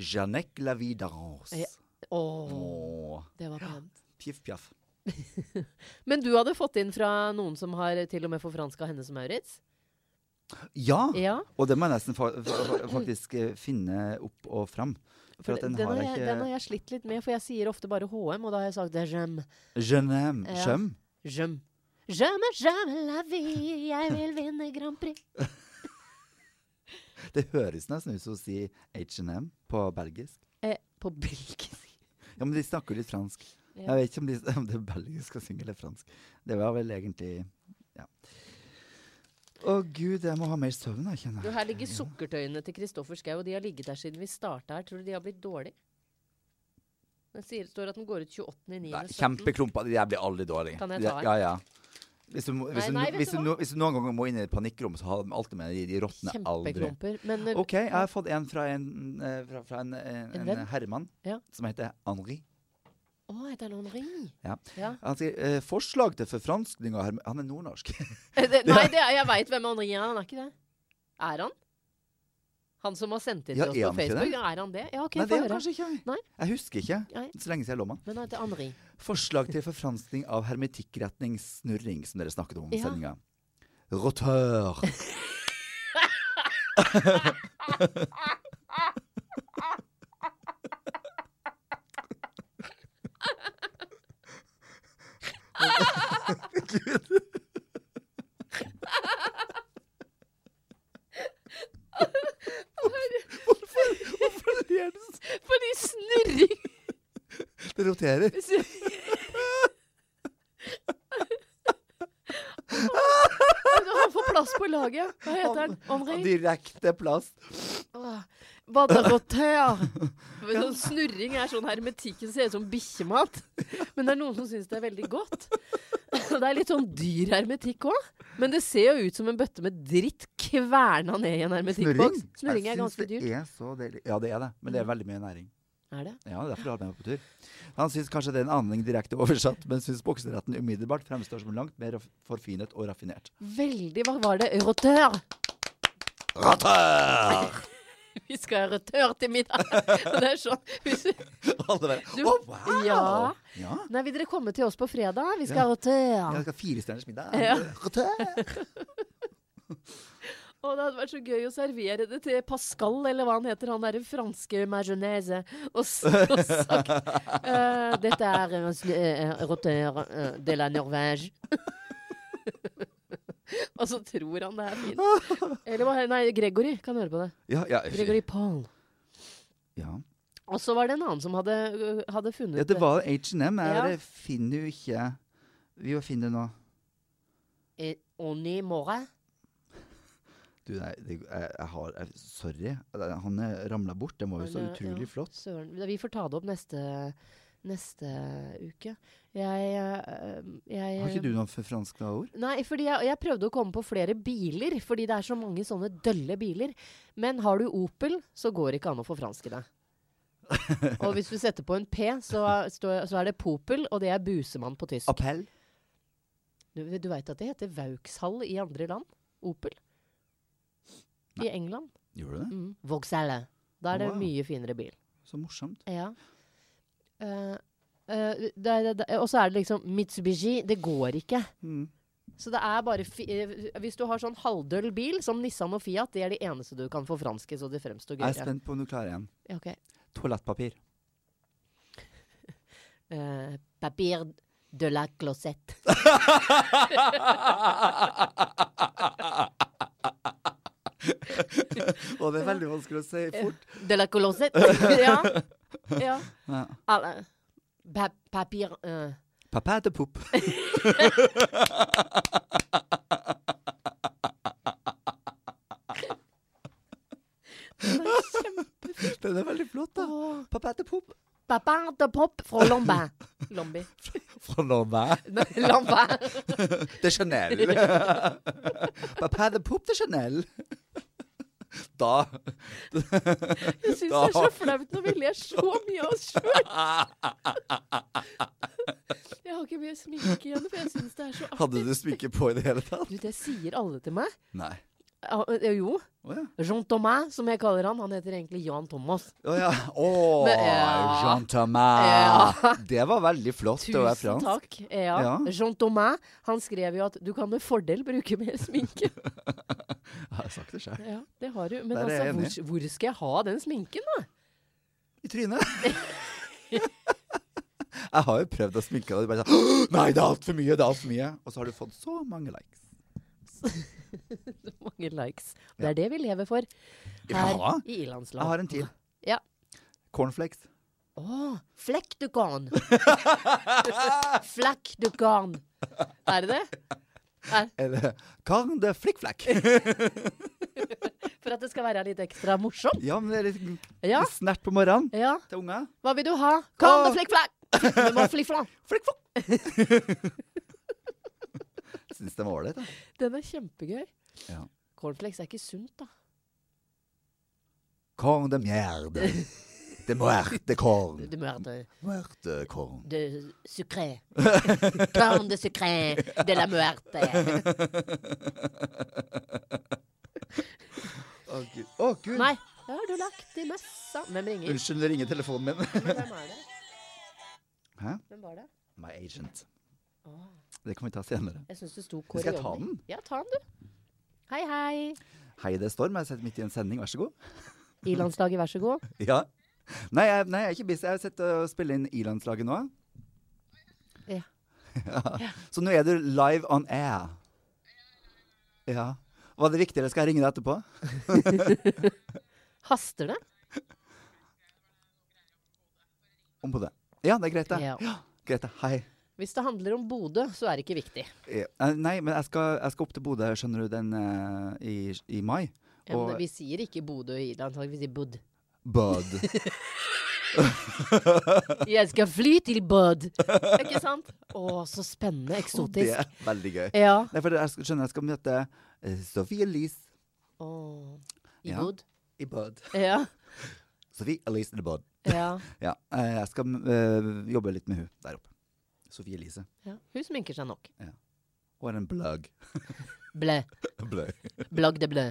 C: Jannik la vidance.
B: Ja. Åh,
C: Åh,
B: det var pent.
C: Pjaff, pjaff.
B: Men du hadde fått inn fra noen som har til og med forfranska henne som Maurits?
C: Ja.
B: Ja.
C: Og den må jeg nesten fa fa fa- faktisk eh, finne opp og fram. For at den, har jeg
B: jeg,
C: ikke
B: den har jeg slitt litt med, for jeg sier ofte bare HM, og da har jeg sagt det er Jem.
C: Jenem.
B: Ja.
C: Skjøm.
B: J'aime. J'aime, j'aime la vie, jeg vil vinne Grand Prix.
C: Det høres nesten ut som å si H&M på belgisk.
B: *laughs* Eh, på belgisk.
C: Ja, men de snakker litt fransk.
B: Ja.
C: Jeg vet ikke om, de, *laughs* om det er belgisk å synge eller fransk. Det var vel egentlig Ja. Å gud, jeg må ha mer søvn, jeg kjenner
B: Du,
C: jeg.
B: her ligger sukkertøyene til Kristoffer Schau, og de har ligget der siden vi starta her. Tror du de har blitt dårlige? Den sier, står at den går ut 28.9.
C: Nei,
B: 17.
C: Kjempeklumpa. De der blir aldri dårlige.
B: Kan jeg
C: De der-
B: ta en?
C: Ja, ja. Hvis du, må-
B: Nei,
C: hvis, du,
B: nei,
C: no-
B: vet
C: hvis,
B: du
C: du,
B: hva?
C: no- hvis du noen ganger må inn i et panikkrom, så har de alltid med de, de råtner aldri.
B: Kjempeklumper. Men eh,
C: OK, jeg har fått en fra en, eh, fra, fra en, en,
B: En
C: en,
B: venn?
C: herremann
B: Ja.
C: som heter Henri.
B: Å, heter han Henri?
C: Ja.
B: ja.
C: Han sier eh, 'forslag til forfranskning av herm... Han er
B: *laughs*
C: nordnorsk. *laughs*
B: Eh, Det, nei, det, er- jeg veit hvem Henri er, han er ikke det. Er han? Han som har sendt det til
C: Ja,
B: oss
C: er
B: på
C: han ikke
B: Facebook? Ja, er han det? Ja, OK,
C: Nei, det
B: få
C: er han
B: høre.
C: kanskje ikke.
B: Nei.
C: Jeg husker ikke.
B: Nei.
C: Så lenge siden jeg lå meg.
B: Men han heter Henri.
C: Forslag til forfranskning av hermetikkretning snurring, som dere snakket om i
B: Ja.
C: sendinga. Roteur. Hvorfor, hvorfor gjør du sånn?
B: Fordi snurring
C: *laughs* *laughs* Det roterer.
B: Han får plass på laget. Hva heter han?
C: Av
B: Henri?
C: Direkte plass.
B: Hva da går til?
C: *laughs*
B: Sånn snurring er sånn hermetikk som ser ut som bikkjemat. Men det er noen som syns det er veldig godt. Det er litt sånn dyr hermetikk òg. Men det ser jo ut som en bøtte med dritt kverna ned i en hermetikkboks. Snurring er
C: Jeg syns
B: ganske dyrt. Mm.
C: Det er så deilig. Ja, det er det. Men det er veldig mye næring.
B: Er det?
C: Ja, det er derfor du har med meg på tur. Han syns kanskje det er en aning direkte oversatt, men syns bokseretten umiddelbart fremstår som langt mer raf- forfinet og
B: *laughs*
C: raffinert.
B: Veldig Hva var det? Rotør! *laughs*
C: Ratør!
B: Vi skal ha rotør til middag! *laughs* Og Det er sånn. Hvis,
C: Alle bare
B: Du-
C: Å, wow!
B: Ja.
C: ja.
B: nei, vil dere komme til oss på fredag? Vi skal
C: Ja.
B: ha rotør!
C: Jeg skal ha fire stjerners middag.
B: Ja.
C: Ratør!
B: Og det hadde vært så gøy å servere det til Pascal, eller hva han heter, han derre franske majonese, og, s- og
C: *laughs*
B: sagt eh, Dette er en sl- eh, roteur eh, de la Norvège. *laughs* og så tror han det er fint.
C: *laughs*
B: Eller hva Nei, Gregory kan høre på det.
C: Ja, ja.
B: Gregory Paul.
C: ja.
B: Og så var det en annen som hadde, øh, hadde funnet
C: Ja, det var H&M.
B: Ja.
C: Jeg bare finner jo ikke Vi må finne det nå.
B: Eh, Onni Mora.
C: Du, nei, det, jeg, jeg har jeg, Sorry. Han er ramla bort. Det var jo så
B: Han er-
C: utrolig
B: eh, ja.
C: flott.
B: Søren. Vi får ta det opp neste, neste uke. Jeg, eh, jeg eh,
C: Har ikke du noen forfranska ord?
B: Nei, fordi jeg, jeg prøvde å komme på flere biler, fordi det er så mange sånne dølle biler. Men har du Opel, så går det ikke an å forfranske det. Og hvis du setter på en P, så, står- så er det Popel, og det er busemann på tysk.
C: Appell?
B: Du, du veit at det heter Vauxhall i andre land? Opel? I England?
C: Gjorde du det?
B: Mm. Vauxhall. Da er det
C: Wow.
B: mye finere bil.
C: Så morsomt.
B: Ja. Eh, eh, det er- det er- og så er det liksom Mitsubishi. Det går ikke.
C: Mm.
B: Så det er bare fi eh, Hvis du har sånn halvdøll bil som Nissan og Fiat, det er de eneste du kan forfranske så det fremstår
C: Jeg er
B: gøyere.
C: spent på om du klarer en.
B: Ja, ok.
C: Toalettpapir.
B: Eh, papir de la closette.
C: Og det er veldig vanskelig å si fort.
B: De la closette? *laughs* ja. ja.
C: Ja.
B: Alle. Pa papir eh,
C: Pappa heter Pop. Den er veldig flott, da.
B: Åh.
C: Pappa heter Pop.
B: Papin de pop fra Lombin. Lombi.
C: Fra Lombard.
B: Nei, Lombin.
C: De Chanel. Pappa heter Pop de Chanel. Da
B: Jeg syns det er så flaut når vi ler så mye av oss sjøl. *laughs* Jeg har ikke mye sminke igjen, for jeg syns det er så
C: Hadde
B: artig.
C: du smykke på i det hele tatt?
B: Du, det sier alle til meg.
C: Nei.
B: Ja, eh, jo.
C: Å ja.
B: Jean Thomas, som jeg kaller han. Han heter egentlig Jan Thomas.
C: Å ja. Å,
B: Men, ja.
C: Jean Thomas. Det var veldig flott å være
B: Tusen
C: fransk.
B: takk. Ja.
C: Ja.
B: Jean Thomas han skrev jo at du kan med fordel bruke mer sminke.
C: Jeg har sagt det sjøl.
B: *laughs* ja, det har du. Men
C: Der er jeg
B: altså,
C: enig.
B: hvor, hvor skal jeg ha den sminken, da? *laughs*
C: I trynet. Jeg har jo prøvd å sminke deg, og du bare sånn Nei, det er altfor mye! det er alt for mye. Og så har du fått så mange likes.
B: Så Mange likes. Det er det vi lever for her
C: Ja.
B: i
C: Jeg
B: i-landsland.
C: har en til.
B: Ja.
C: Cornflakes.
B: Å, flekk du garn.
C: *laughs*
B: Flekk du garn. Er det det? Er,
C: Eller Carn de
B: *laughs*
C: flikkflakk.
B: for at det skal være litt ekstra morsomt?
C: Ja, men det er litt
B: Ja.
C: snert på morgenen
B: ja.
C: til unger.
B: Hva vil du ha? Garn
C: Å.
B: og flikkflakk! Du må flikkflakk.
C: Flikkflakk! Syns det var ålreit, da.
B: *laughs* Den er kjempegøy.
C: Ja.
B: Cornflakes er ikke sunt, da.
C: Corn de merde. De muerte corn.
B: Du
C: *laughs*
B: mørder.
C: Muerte corn.
B: De sucré. Corn de sucré de la muerte.
C: Å, Gud. Å, Gud.
B: Nei, det har du lagt i messa. Hvem ringer?
C: Unnskyld, det ringer telefonen min.
B: Hvem er det?
C: Hæ?
B: Hvem var det?
C: My agent.
B: Å.
C: Det kan vi ta senere.
B: Jeg syns det sto
C: Skal jeg ta
B: Coriolis.
C: den?
B: Ja, ta den, du. Hei, hei.
C: Hei, det er Storm. Jeg sitter midt i en sending. Vær så god. *laughs*
B: I-landslaget, vær så god.
C: Ja. Nei, jeg, nei, jeg er ikke busy. Jeg sitter og spiller inn I-landslaget nå.
B: Ja.
C: *laughs* ja. Så nå er du live on air. Ja. Var det viktig, eller skal jeg ringe deg etterpå?
B: Haster det?
C: Om på det. Ja, det er greit, det.
B: Ja.
C: Grete, hei.
B: Hvis det handler om Bodø, så er det ikke viktig.
C: Eh, Nei, men jeg skal, jeg skal opp til Bodø, skjønner du, den eh, i, i mai.
B: Ja, men
C: Og-
B: vi sier ikke Bodø i I-landslaget, vi sier Bod.
C: Bud.
B: Jeg skal fly til Bud! Ikke sant? Å, så spennende.
C: Det
B: *laughs* Eksotisk.
C: er veldig gøy.
B: Ja.
C: Nei, for jeg skal- skjønner, jeg skal møte eh, Sophie Elise
B: Åh. I
C: Ja.
B: Bud.
C: i Bud.
B: Ja.
C: Sophie Elise in the Bud.
B: ja.
C: Ja, eh, jeg skal eh, jobbe litt med hun der oppe. Sophie Elise.
B: ja. Hun sminker seg nok.
C: Og en bløgg.
B: Blæ.
C: Bløgg.
B: Blagg det blæ.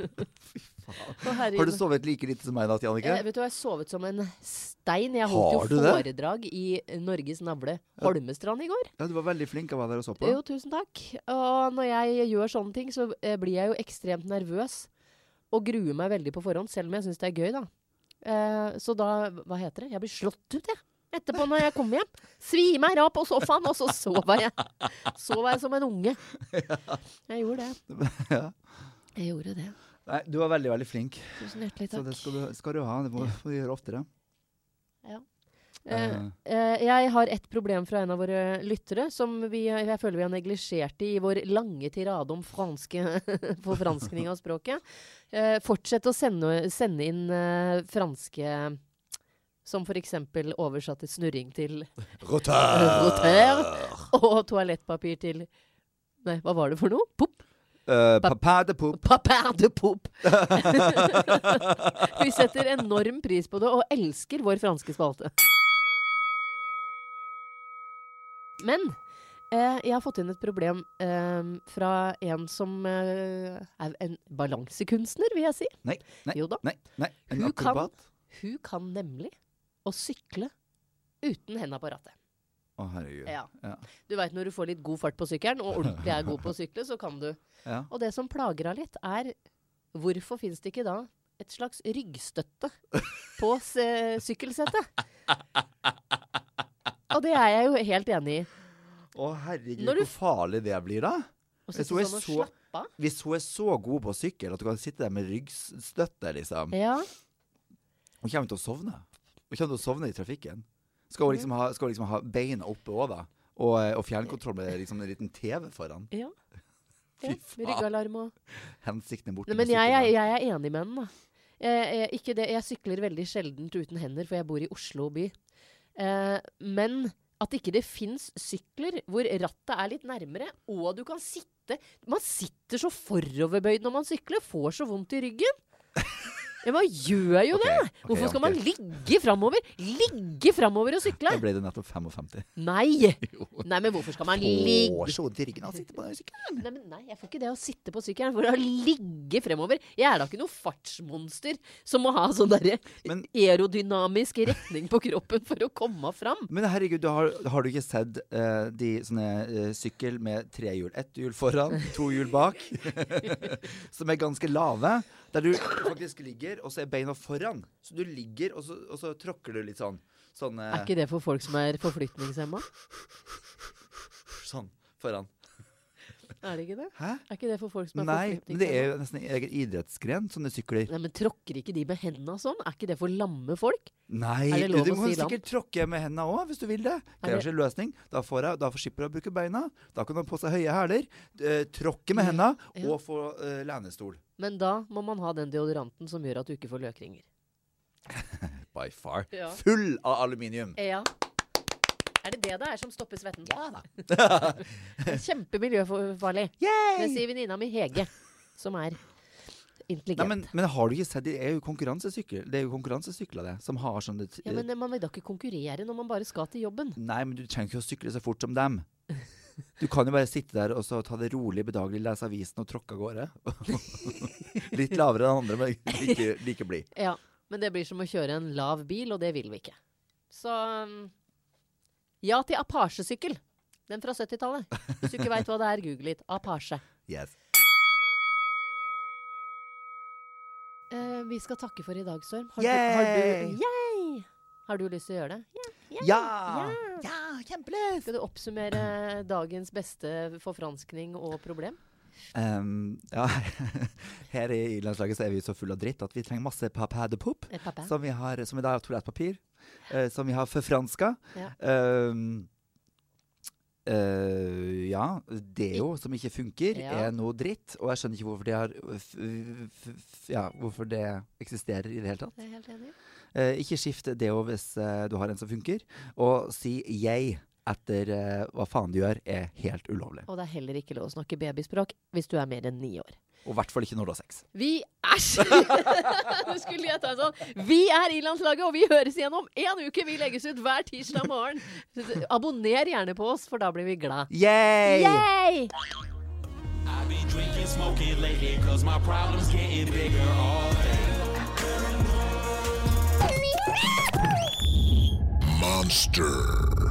B: Å, herregud.
C: Har du sovet like lite som meg i natt, Jannicke?
B: Jeg, vet du, hva, jeg sovet som en stein. Jeg holdt
C: Har
B: jo
C: du det?
B: foredrag i Norges navle, Holmestrand, i går.
C: Ja, du var veldig flink av å være der og så på.
B: Jo, tusen takk. Og når jeg gjør sånne ting, så eh, blir jeg jo ekstremt nervøs. Og gruer meg veldig på forhånd, selv om jeg syns det er gøy, da. Eh, så da, hva heter det? Jeg blir slått ut, jeg. Etterpå når jeg kommer hjem. Svimer av på sofaen, og så sover jeg. Sover jeg som en
C: *laughs*
B: unge. Jeg gjorde det.
C: Ja.
B: Jeg gjorde det.
C: Nei, du var veldig, veldig flink.
B: Tusen hjertelig
C: Så det
B: takk.
C: skal du, skal du ha. Det må, må du gjøre oftere.
B: Eh, Eh, jeg har et problem fra en av våre lyttere, som vi, jeg føler vi har neglisjert i vår lange tirade om franske *laughs* forfranskning av språket. Eh, fortsett å sende, sende inn eh, franske som f.eks. oversatt til snurring til
C: Ah.
B: Roter. Og toalettpapir til Nei, hva var det for noe? Pop?
C: Eh, Papadepop.
B: Papin de
C: *laughs*
B: pop! vi setter enorm pris på det og elsker vår franske spalte. Men eh, jeg har fått inn et problem eh, fra en som eh, er en balansekunstner, vil jeg si.
C: Nei, nei,
B: Jo da.
C: nei, nei. En
B: Hun kan-
C: akrobat.
B: Hun kan nemlig å sykle uten henda på rattet.
C: Å, herregud.
B: Ja.
C: Ja.
B: Du veit når du får litt god fart på sykkelen, og ordentlig er god på å sykle, så kan du.
C: Ja.
B: Og det som plager henne litt, er hvorfor fins det ikke da et slags ryggstøtte på s eh, sykkelsettet? Og det er jeg jo helt enig i.
C: Å, herregud,
B: Når du-
C: hvor farlig det blir, da.
B: Og
C: Hvis
B: sitte
C: hun er
B: sånn og
C: så-
B: slappe av.
C: Hvis hun er så god på sykkel at du kan sitte der med ryggstøtte, liksom.
B: Ja.
C: Hun kommer til å sovne. Hun kommer til å sovne i trafikken. Skal hun liksom ha, skal hun liksom ha beina oppe òg, da? Og, eh, og fjernkontroll med liksom en liten TV foran.
B: ja. ja.
C: Fy faen.
B: Ryggalarm og
C: Hensikten er borte.
B: Nei,
C: med
B: men jeg,
C: sykkelen.
B: jeg, jeg er enig med den, da. Eh, eh, ikke det, jeg sykler veldig sjeldent uten hender, for jeg bor i Oslo by. Eh, men at ikke det fins sykler hvor rattet er litt nærmere, og du kan sitte Man sitter så foroverbøyd når man sykler, får så vondt i ryggen. Ja, man gjør jo
C: Ok,
B: det!
C: ok,
B: Hvorfor skal man
C: ok.
B: ligge framover? Ligge framover og sykle?
C: Da ble det nettopp 55. *laughs*
B: Nei! Nei, men hvorfor skal man ligge
C: Får så vondt i ryggen av å sitte på den sykkelen.
B: Nei, men nei, jeg får ikke det å sitte på sykkelen. For å ligge fremover Jeg er da ikke noe fartsmonster som må ha sånn derre
C: Men-
B: aerodynamisk retning på kroppen for å komme fram.
C: Men herregud, du har, har du ikke sett eh, de sånne eh, sykkel med tre hjul? Ett hjul
B: *laughs*
C: foran, to hjul bak. *laughs* som er ganske lave. Der du faktisk ligger, og så er beina foran. Så du ligger, og så, og så tråkker du litt sånn. Sånn, eh,
B: Er ikke det for folk som er forflytningshemma?
C: sånn foran.
B: Er det ikke det?
C: Hæ?
B: Er ikke det for folk som er
C: Nei, men det er
B: forflytningshemma?
C: jo nesten en egen idrettsgren, sånne sykler.
B: Nei, men Tråkker ikke de med henda sånn? Er ikke det for lamme folk?
C: Nei,
B: Er det lov
C: du
B: å
C: må
B: si land?
C: sikkert tråkke med hendene òg, hvis du vil det.
B: Er det-
C: Kanskje en løsning. Da får jeg, da får skipper jeg bruke beina. Da kan han på seg høye hæler, eh, tråkke med hendene
B: Mm. Ja.
C: og få eh, lenestol.
B: Men da må man ha den deodoranten som gjør at du ikke får løkringer.
C: By far.
B: Ja.
C: Full av aluminium.
B: Ja. Er det det det er som stopper svetten? Ja da.
C: *laughs*
B: Kjempemiljøfarlig. Det
C: Yay!
B: sier venninna mi Hege, som er
C: Nei,
B: intelligent.
C: men, men har du ikke sett, det er jo konkurransesykler, det er jo konkurransesykler det, som har sånne t- eh,
B: ja, men eh, Man vil da ikke konkurrere når man bare skal til jobben.
C: Nei, men du trenger ikke å sykle så fort som dem. Du kan jo bare sitte der og så ta det rolig, bedagelig, lese avisen og tråkke av gårde. *laughs* Litt lavere enn andre, men like, like blid.
B: Ja, Men det blir som å kjøre en lav bil, og det vil vi ikke. Så um, ja til Apache-sykkel. Den fra 70-tallet. Hvis du ikke veit hva det er, google litt. Apache.
C: Yes.
B: Eh, vi skal takke for i dag, Sørm. Har, du- har,
C: Yay!
B: du- Yay! har du lyst til å gjøre det?
C: Ja!
B: Ja.
C: Ja, kjempelyst!
B: Skal du oppsummere dagens beste forfranskning og problem?
C: Ehm, ja, *laughs* her i landslaget så er vi så fulle av dritt at vi trenger masse papadepop,
B: Eh, Pappa?
C: som vi har, som i dag har toalettpapir, eh, som vi har forfranska.
B: Ja.
C: Ehm, eh, ja, deo som ikke funker,
B: Ja.
C: er noe dritt. Og jeg skjønner ikke hvorfor det, har, f, f, f, ja, hvorfor det eksisterer i det hele tatt.
B: Jeg er helt enig.
C: Eh, ikke skift deo hvis eh, du har en som funker. Og si jeg etter eh, hva faen du gjør, er helt ulovlig.
B: Og det er heller ikke lov å snakke babyspråk hvis du er mer enn ni år.
C: Og i hvert fall ikke når du har sex.
B: Vi Æsj! *laughs* Nå skulle jeg ta en sånn. Vi er I-landslaget, og vi høres igjen om én uke. Vi legges ut hver tirsdag morgen. Abonner gjerne på oss, for da blir vi glad.
C: Yay!
B: Yay!
A: I be drinking, smoking lately, cause my problems getting bigger all day.
D: Monster.